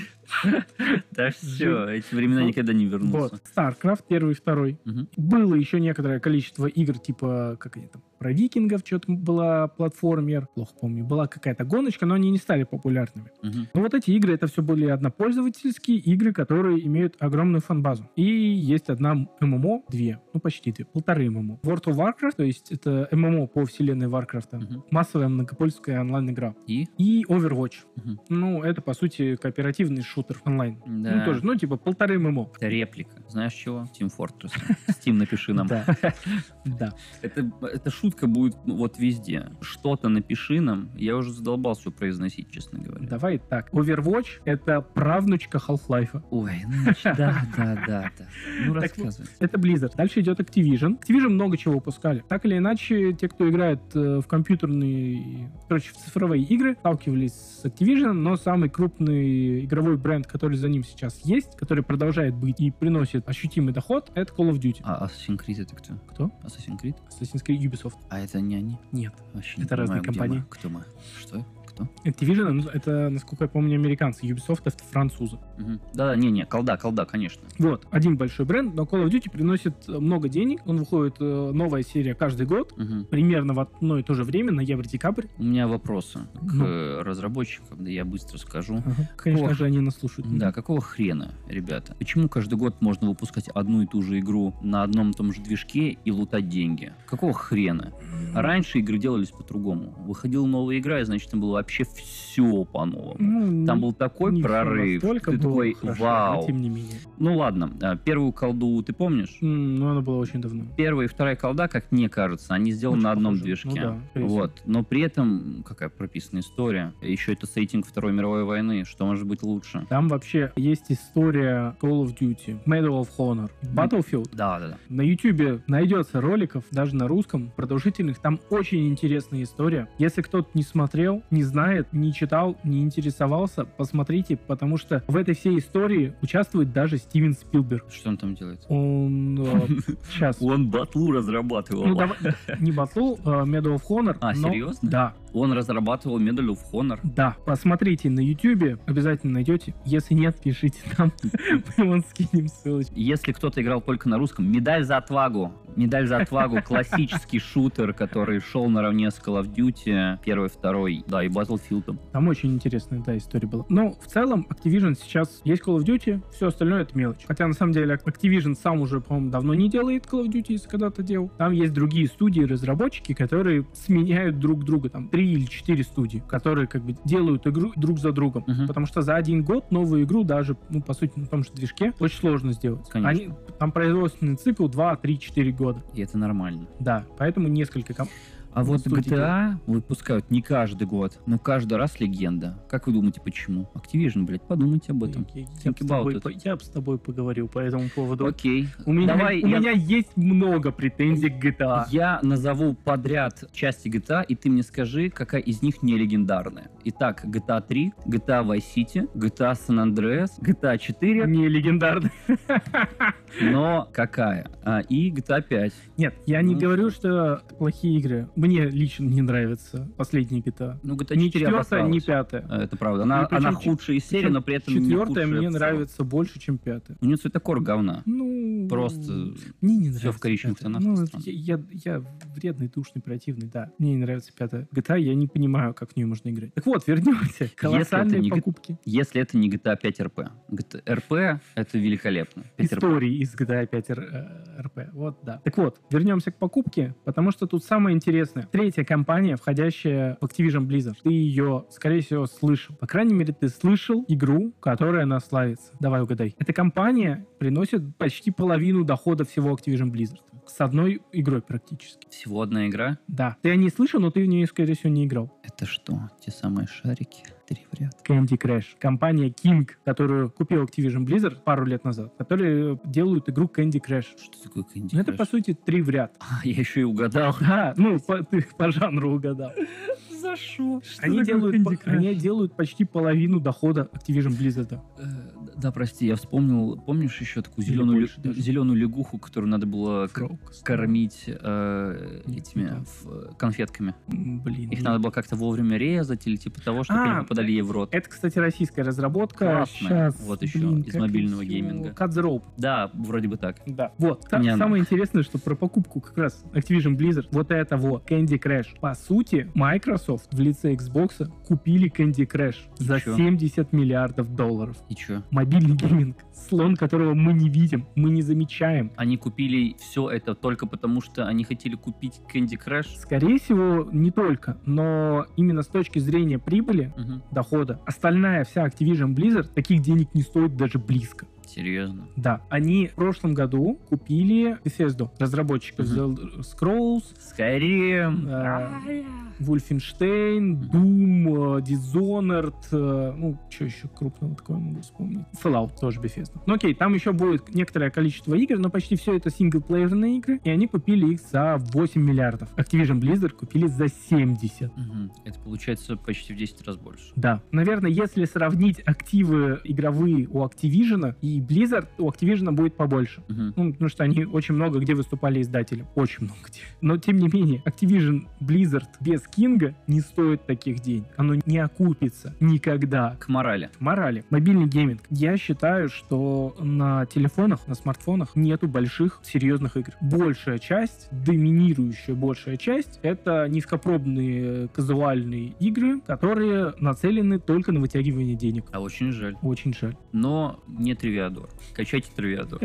S3: Да все, эти времена
S2: Вот.
S3: никогда не вернутся.
S2: Вот, StarCraft первый, второй.
S3: Мгм.
S2: Было еще некоторое количество игр, типа, как они там, про викингов что-то была, платформер, плохо помню, была какая-то гоночка, но они не стали популярными.
S3: Мгм.
S2: Но вот эти игры, это все были однопользовательские игры, которые имеют огромную фан-базу. И есть одна ММО, две, ну почти две, полторы ММО. World of Warcraft, то есть это ММО по вселенной Warcraft,
S3: Мгм.
S2: массовая многопольская онлайн-игра.
S3: И?
S2: И Overwatch.
S3: Мгм.
S2: Ну, это, по сути, кооперативный шутер онлайн. Ну,
S3: Да.
S2: тоже, ну, типа, полторы ММО.
S3: Это реплика. Знаешь чего? Team Fortress. Steam напиши нам.
S2: Да. Да.
S3: Это, эта шутка будет ну, вот везде. Что-то напиши нам. Я уже задолбался произносить, честно говоря.
S2: Давай так. Overwatch — это правнучка Half-Life.
S3: Ой, ну, значит, да, да, да, да. Ну,
S2: Так
S3: рассказывай.
S2: Это Blizzard. Дальше идет Activision. Activision много чего выпускали. Так или иначе, те, кто играет э, в компьютерные, короче, в цифровые игры, сталкивались с Activision, но самый крупный игровой бренд, который за ним сейчас есть, который продолжает быть и приносит ощутимый доход, это Call of Duty.
S3: А Assassin's Creed это кто?
S2: Кто?
S3: Assassin's Creed?
S2: Assassin's Creed Ubisoft.
S3: А это не они?
S2: Нет.
S3: Вообще не
S2: Это
S3: понимаю,
S2: разные
S3: где
S2: компании.
S3: мы, Кто мы? Что? Кто?
S2: Activision, ну, это, насколько я помню, американцы. Ubisoft — это французы.
S3: Мгм. Да, не, не, колда, колда, конечно.
S2: Вот, один большой бренд, но Call of Duty приносит э, много денег. Он выходит, э, новая серия каждый год.
S3: Мгм.
S2: Примерно в одно и то же время, ноябрь-декабрь.
S3: У меня вопросы к
S2: Ну.
S3: э, разработчикам, да я быстро скажу.
S2: Конечно
S3: Ох.
S2: же, они нас слушают.
S3: Да, какого хрена, ребята? Почему каждый год можно выпускать одну и ту же игру на одном и том же движке и лутать деньги? Какого хрена? А Раньше игры делались по-другому. Выходила новая игра, и значит, там было вообще все по-новому.
S2: Ну,
S3: Там
S2: не-
S3: был такой
S2: не всё
S3: прорыв.
S2: настолько
S3: Ты
S2: было
S3: такой,
S2: хорошо, но
S3: вау.
S2: тем не менее.
S3: Ну ладно, а, первую колду ты помнишь?
S2: М, Но она была очень давно.
S3: Первая и вторая колда, как мне кажется, они сделаны
S2: Очень
S3: на одном
S2: похоже.
S3: движке.
S2: Ну да, скорее всего.
S3: Вот. Но при этом, какая прописана история. Еще это сеттинг Второй мировой войны. Что может быть лучше?
S2: Там вообще есть история Call of Duty, Medal of Honor, Battlefield.
S3: Да, да, да.
S2: На YouTube найдется роликов, даже на русском, продолжительных. Там очень интересная история. Если кто-то не смотрел, не знает, не читал, не интересовался, посмотрите, потому что в этой всей истории участвует даже Стивен Спилберг.
S3: Что он там делает?
S2: Он э, сейчас...
S3: Он батлу разрабатывал.
S2: Ну, давай- не батл, э, Medal of Honor.
S3: А,
S2: но-
S3: серьезно?
S2: Да,
S3: Он разрабатывал Medal of Honor.
S2: да. Посмотрите на YouTube, обязательно найдете. Если нет, пишите нам, мы вам скинем ссылочку.
S3: Если кто-то играл только на русском, медаль за отвагу. Медаль за отвагу классический шутер, который шел наравне с Call of Duty, первый, второй, да, и Battlefield.
S2: Там очень интересная, да, история была. Но в целом Activision сейчас есть Call of Duty, все остальное это мелочь. Хотя на самом деле Activision сам уже, по-моему, давно не делает Call of Duty, если когда-то делал. Там есть другие студии, разработчики, которые сменяют друг друга, там три или четыре студии, которые как бы делают игру друг за другом.
S3: Мгм.
S2: Потому что за один год новую игру даже, ну, по сути, на том же движке очень сложно сделать.
S3: Конечно.
S2: Они, там производственный цикл 2, 3, 4 года.
S3: И это нормально.
S2: Да, поэтому несколько комп-
S3: А вот
S2: Студии.
S3: GTA выпускают не каждый год, но каждый раз легенда. Как вы думаете, почему? Activision, блядь, подумайте об этом.
S2: Я,
S3: Think
S2: б с тобой
S3: about it.
S2: по- я бы с тобой поговорил по этому поводу.
S3: Окей.
S2: У меня,
S3: Давай
S2: у
S3: я-
S2: меня есть много претензий к GTA.
S3: А Я назову подряд части GTA, и ты мне скажи, какая из них не легендарная. Итак, А GTA 3, GTA Vice City, GTA San Andreas, А GTA 4,
S2: Не легендарный.
S3: но какая? А, И GTA 5.
S2: Нет, я не
S3: Ну,
S2: говорю, что плохие игры. Мне лично не нравится последний GTA.
S3: Ну, GTA
S2: Ни
S3: 4
S2: четвертая,
S3: обосралась.
S2: ни пятая.
S3: А, Это правда. Она,
S2: И причем
S3: она
S2: ч-
S3: худшая из серии,
S2: причем
S3: но при этом не
S2: Четвертая
S3: худшая в
S2: мне
S3: целом.
S2: нравится больше, чем пятая.
S3: У нее цветокор говна.
S2: Ну...
S3: Просто
S2: Мне не
S3: всё
S2: нравится.
S3: в коричневых
S2: пятая.
S3: тонах
S2: Ну,
S3: странно.
S2: я, я, я вредный, душный, противный, да. Мне не нравится пятая. GTA, я не понимаю, как в нее можно играть. Так вот, вернемся. Колоссальные
S3: не г-
S2: покупки.
S3: если это не GTA 5 RP. GTA RP — это великолепно. 5 RP.
S2: истории из GTA 5 Р- э, RP. Вот, да. Так вот, вернемся к покупке, потому что тут самое интересное. Третья компания, входящая в Activision Blizzard. Ты ее, скорее всего, слышал. По крайней мере, ты слышал игру, которая она славится. Давай угадай. Эта компания приносит почти половину дохода всего Activision Blizzard. С одной игрой практически.
S3: Всего одна игра.
S2: Да. Ты о ней слышал, но ты в нее, скорее всего, не играл.
S3: Это что, те самые шарики? Три в ряд.
S2: Candy Crush. Компания King, которую купил Activision Blizzard пару лет назад, которые э, делают игру Candy Crush.
S3: Что такое Candy
S2: Ну, это,
S3: Crush?
S2: по сути, три в ряд.
S3: А, я еще и угадал.
S2: Да, ну, по, ты по жанру угадал.
S3: За шо?
S2: Они делают, по- они делают почти половину дохода Activision Blizzard.
S3: Э, Да, прости, я вспомнил. Помнишь еще такую
S2: Или
S3: зеленую,
S2: больше даже.
S3: зеленую лягуху, которую надо было к- кормить э,
S2: Не
S3: этими
S2: знаю.
S3: ф- конфетками?
S2: М, Блин.
S3: Их надо было как-то вовремя резать или типа того, чтобы
S2: А,
S3: они попадали ей в рот.
S2: Это, кстати, российская разработка.
S3: Классная.
S2: Щас,
S3: Вот еще
S2: блин,
S3: из
S2: как
S3: мобильного
S2: её-
S3: гейминга.
S2: Cut the Rope.
S3: Да, вроде бы так.
S2: Да. Вот. Та-
S3: Не, ну.
S2: самое интересное, что про покупку как раз Activision Blizzard, вот это вот, Candy Crush. По сути, Microsoft в лице Xbox купили Candy Crush за
S3: чё?
S2: 70 миллиардов долларов.
S3: И чё?
S2: Мобильный гейминг. Слон, которого мы не видим, мы не замечаем.
S3: Они купили все это только потому, что они хотели купить Candy Crush?
S2: Скорее всего, не только, но именно с точки зрения прибыли,
S3: Мгм.
S2: дохода, остальная вся Activision Blizzard таких денег не стоит даже близко.
S3: Серьезно.
S2: Да, они в прошлом году купили Bethesda, разработчиков
S3: Мгм.
S2: The Elder Scrolls,
S3: Skyrim.
S2: э,
S3: Ай-я.
S2: Wolfenstein, Doom, э, Dishonored, э, ну, что еще крупного такого могу вспомнить? Fallout тоже Bethesda. Ну, окей, там еще будет некоторое количество игр, но почти все это синглплеерные игры, и они купили их за 8 миллиардов. Activision Blizzard купили за 70.
S3: Мгм. Это получается почти в 10 раз больше.
S2: Да. Наверное, если сравнить активы игровые у Activision и Blizzard, у Activision будет побольше.
S3: Мгм.
S2: Ну, потому что они очень много где выступали издателем. Очень много где. Но, тем не менее, Activision Blizzard без Кинга не стоит таких денег. Оно не окупится никогда.
S3: К морали.
S2: Морали. Мобильный гейминг. Я считаю, что на телефонах, на смартфонах нету больших серьезных игр. Большая часть, доминирующая большая часть, это низкопробные э, казуальные игры, которые нацелены только на вытягивание денег.
S3: А очень жаль.
S2: Очень жаль.
S3: Но не тривиадор. Качайте тривиадор.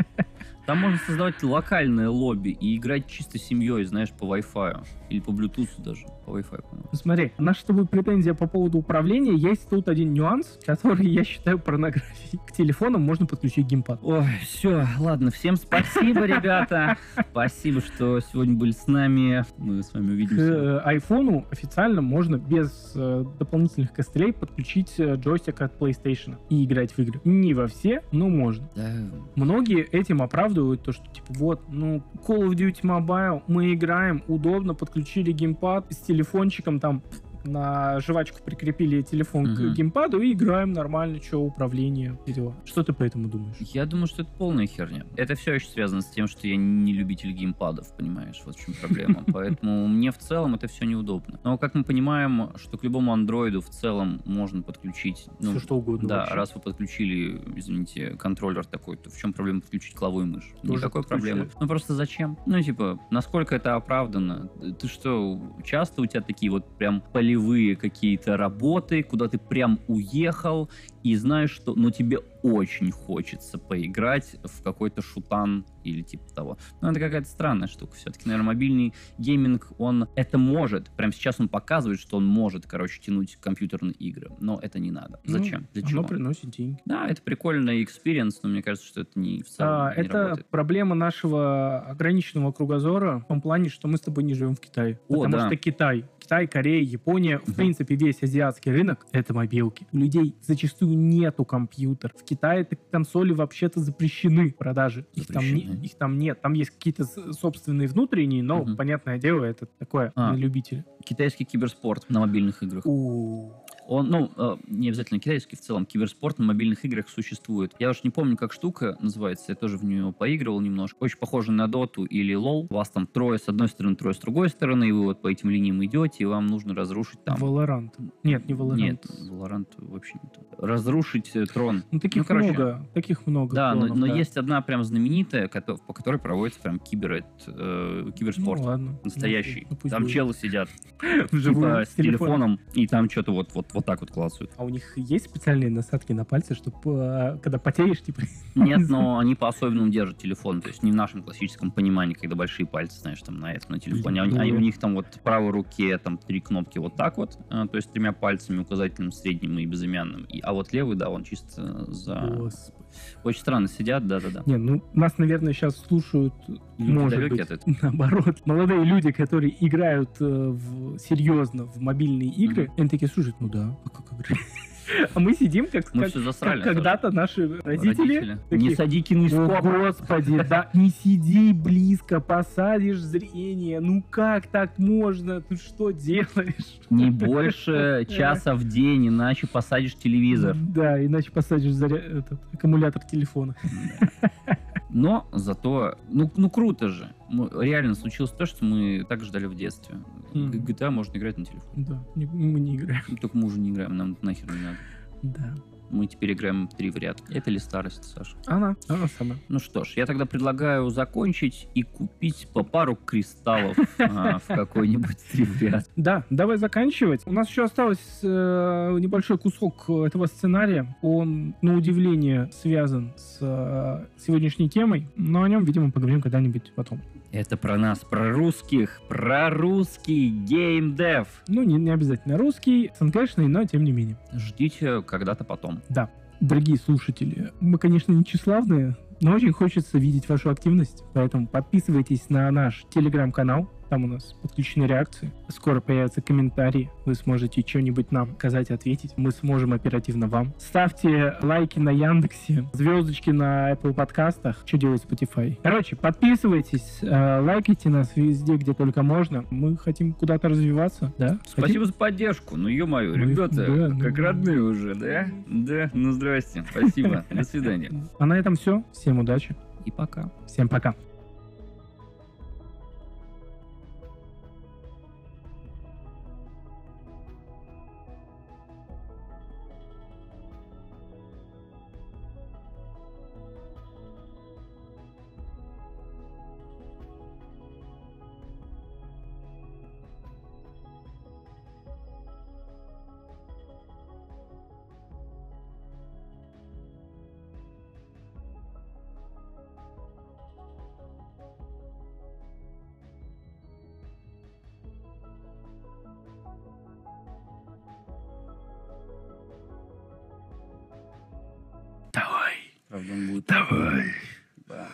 S3: Там можно создавать локальное лобби и играть чисто семьей, знаешь, по Wi-Fi. Или по Bluetooth даже. По Wi-Fi, по-моему.
S2: Ну, Смотри, наша с тобой претензия по поводу управления, есть тут один нюанс, который я считаю порнографией. К телефонам можно подключить геймпад.
S3: Ой, все, ладно, всем спасибо, ребята. Спасибо, что сегодня были с нами. Мы с вами
S2: К
S3: увидимся.
S2: э, айфону официально можно без э, дополнительных костылей подключить э, джойстик от PlayStation и играть в игры. Не во все, но можно.
S3: Да,
S2: Многие этим оправдывают то, что типа вот, ну, Call of Duty Mobile, мы играем, удобно, подключили геймпад с телефончиком там на жвачку прикрепили телефон к
S3: Мгм.
S2: геймпаду и играем нормально, что управление, все дела. Что ты по этому думаешь?
S3: Я думаю, что это полная херня. Это все еще связано с тем, что я не любитель геймпадов, понимаешь, вот в чем проблема. Поэтому мне в целом это все неудобно. Но как мы понимаем, что к любому андроиду в целом можно подключить... ну,
S2: все что угодно.
S3: да,
S2: вообще.
S3: раз вы подключили, извините, контроллер такой, то в чем проблема подключить клаву и мышь?
S2: Тоже
S3: Никакой
S2: подключаю.
S3: проблемы. Ну просто зачем? Ну типа, насколько это оправдано? Ты что, часто у тебя такие вот прям полевые какие-то работы, куда ты прям уехал и знаешь, что, ну тебе очень хочется поиграть в какой-то шутан или типа того. Но это какая-то странная штука. Все-таки, наверное, мобильный гейминг, он это может. Прямо сейчас он показывает, что он может, короче, тянуть компьютерные игры. Но это не надо.
S2: Ну,
S3: Зачем? Для
S2: Оно
S3: чего?
S2: приносит деньги.
S3: Да, это прикольный экспириенс, но мне кажется, что это не в целом
S2: А,
S3: не
S2: это
S3: работает.
S2: проблема нашего ограниченного кругозора в том плане, что мы с тобой не живем в Китае.
S3: О,
S2: потому
S3: да.
S2: что Китай, Китай, Корея, Япония, в
S3: Мгм.
S2: принципе, весь азиатский рынок — это мобилки. У людей зачастую нету компьютер. В Китае так консоли вообще-то запрещены в продаже. Их там, не-
S3: Запрещены.
S2: их там нет. Там есть какие-то с- собственные внутренние, но,
S3: Мгм.
S2: понятное дело, это такое
S3: А.
S2: на любителя.
S3: Китайский киберспорт на мобильных играх.
S2: У.
S3: Он, ну, э, не обязательно китайский, в целом киберспорт на мобильных играх существует. Я уж не помню, как штука называется, я тоже в нее поигрывал немножко. Очень похоже на доту или лол. Вас там трое с одной стороны, трое с другой стороны, и вы вот по этим линиям идете, и вам нужно разрушить там...
S2: Valorant. Нет, не Valorant.
S3: Нет, Valorant вообще не то. Разрушить э, трон.
S2: Ну, таких
S3: Ну, короче.
S2: много, таких много.
S3: Да, но,
S2: клонов,
S3: но
S2: да.
S3: есть одна прям знаменитая, кото- по которой проводится прям кибер, э, киберспорт.
S2: Ну, ладно.
S3: Настоящий.
S2: Ну, пусть
S3: там
S2: будет.
S3: челы сидят
S2: Вживую,
S3: типа, с телефоном, и там что-то вот, вот, вот так вот клацают.
S2: А у них есть специальные насадки на пальцы, чтобы когда потеешь, типа...
S3: Нет, но они по-особенному держат телефон. То есть не в нашем классическом понимании, когда большие пальцы, знаешь, там на этом, на телефоне. А у- а у них там вот в правой руке там три кнопки вот так вот. э, То есть тремя пальцами, указательным, средним и безымянным. И- а вот левый, да, он чисто за...
S2: А, Господи.
S3: Очень странно сидят, да-да-да.
S2: Не, ну, нас, наверное, сейчас слушают,
S3: Люди
S2: может
S3: далеки
S2: быть,
S3: от этого.
S2: наоборот, молодые люди, которые играют э, в- серьезно в мобильные игры, они такие, слушай, ну да, а как играть?» А мы сидим, как,
S3: Мы
S2: как-
S3: все
S2: как
S3: засрали.
S2: когда-то наши
S3: тоже.
S2: родители.
S3: Не
S2: такие,
S3: сади кинескоп.
S2: «О, господи, да не сиди близко, посадишь зрение. Ну как так можно? Ты что делаешь?
S3: Не больше часа в день, иначе посадишь телевизор.
S2: Да, иначе посадишь заря- этот, аккумулятор телефона.
S3: Но зато, ну, ну круто же. Ну, Реально случилось то, что мы так ждали в детстве.
S2: Мгм.
S3: Г- GTA можно играть на телефоне.
S2: Да, не- мы не играем.
S3: Только мы уже не играем, нам это нахер не надо.
S2: Да.
S3: Мы теперь играем три в ряд. Это ли старость, Саша?
S2: Она, она сама.
S3: Ну что ж, я тогда предлагаю закончить и купить по пару кристаллов а, в какой-нибудь три в ряд.
S2: Да, давай заканчивать. У нас еще осталось э, небольшой кусок э, этого сценария. Он, на удивление, связан с э, сегодняшней темой, но о нем, видимо, поговорим когда-нибудь потом.
S3: Это про нас, про русских, про русский геймдев.
S2: Ну, не, не обязательно русский, СНГшный, но тем не менее.
S3: Ждите когда-то потом.
S2: Дорогие слушатели, мы, конечно, не тщеславные, но очень хочется видеть вашу активность, поэтому подписывайтесь на наш телеграм-канал, там у нас подключены реакции. Скоро появятся комментарии, вы сможете что-нибудь нам сказать, ответить. Мы сможем оперативно вам. Ставьте лайки на Яндексе, звездочки на Apple подкастах, что делать Spotify. Короче, подписывайтесь, э, лайкайте нас везде, где только можно. Мы хотим куда-то развиваться, да? Хотим-
S3: Спасибо за поддержку. Ну, ё-моё,
S2: Ну,
S3: ребята,
S2: да, ну,
S3: как
S2: да.
S3: родные уже, да? Да, ну здрасте, спасибо, до свидания.
S2: А на этом все. Всем удачи.
S3: И пока.
S2: Всем пока.
S3: Правда, он будет...
S4: Давай.
S3: Да.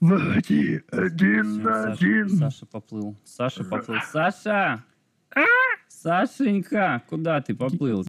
S4: Выходи один
S3: Всё,
S4: на
S3: Саша-
S4: один.
S3: Саша
S2: А?
S3: поплыл. Саша поплыл. Саша! Сашенька, куда ты поплыл?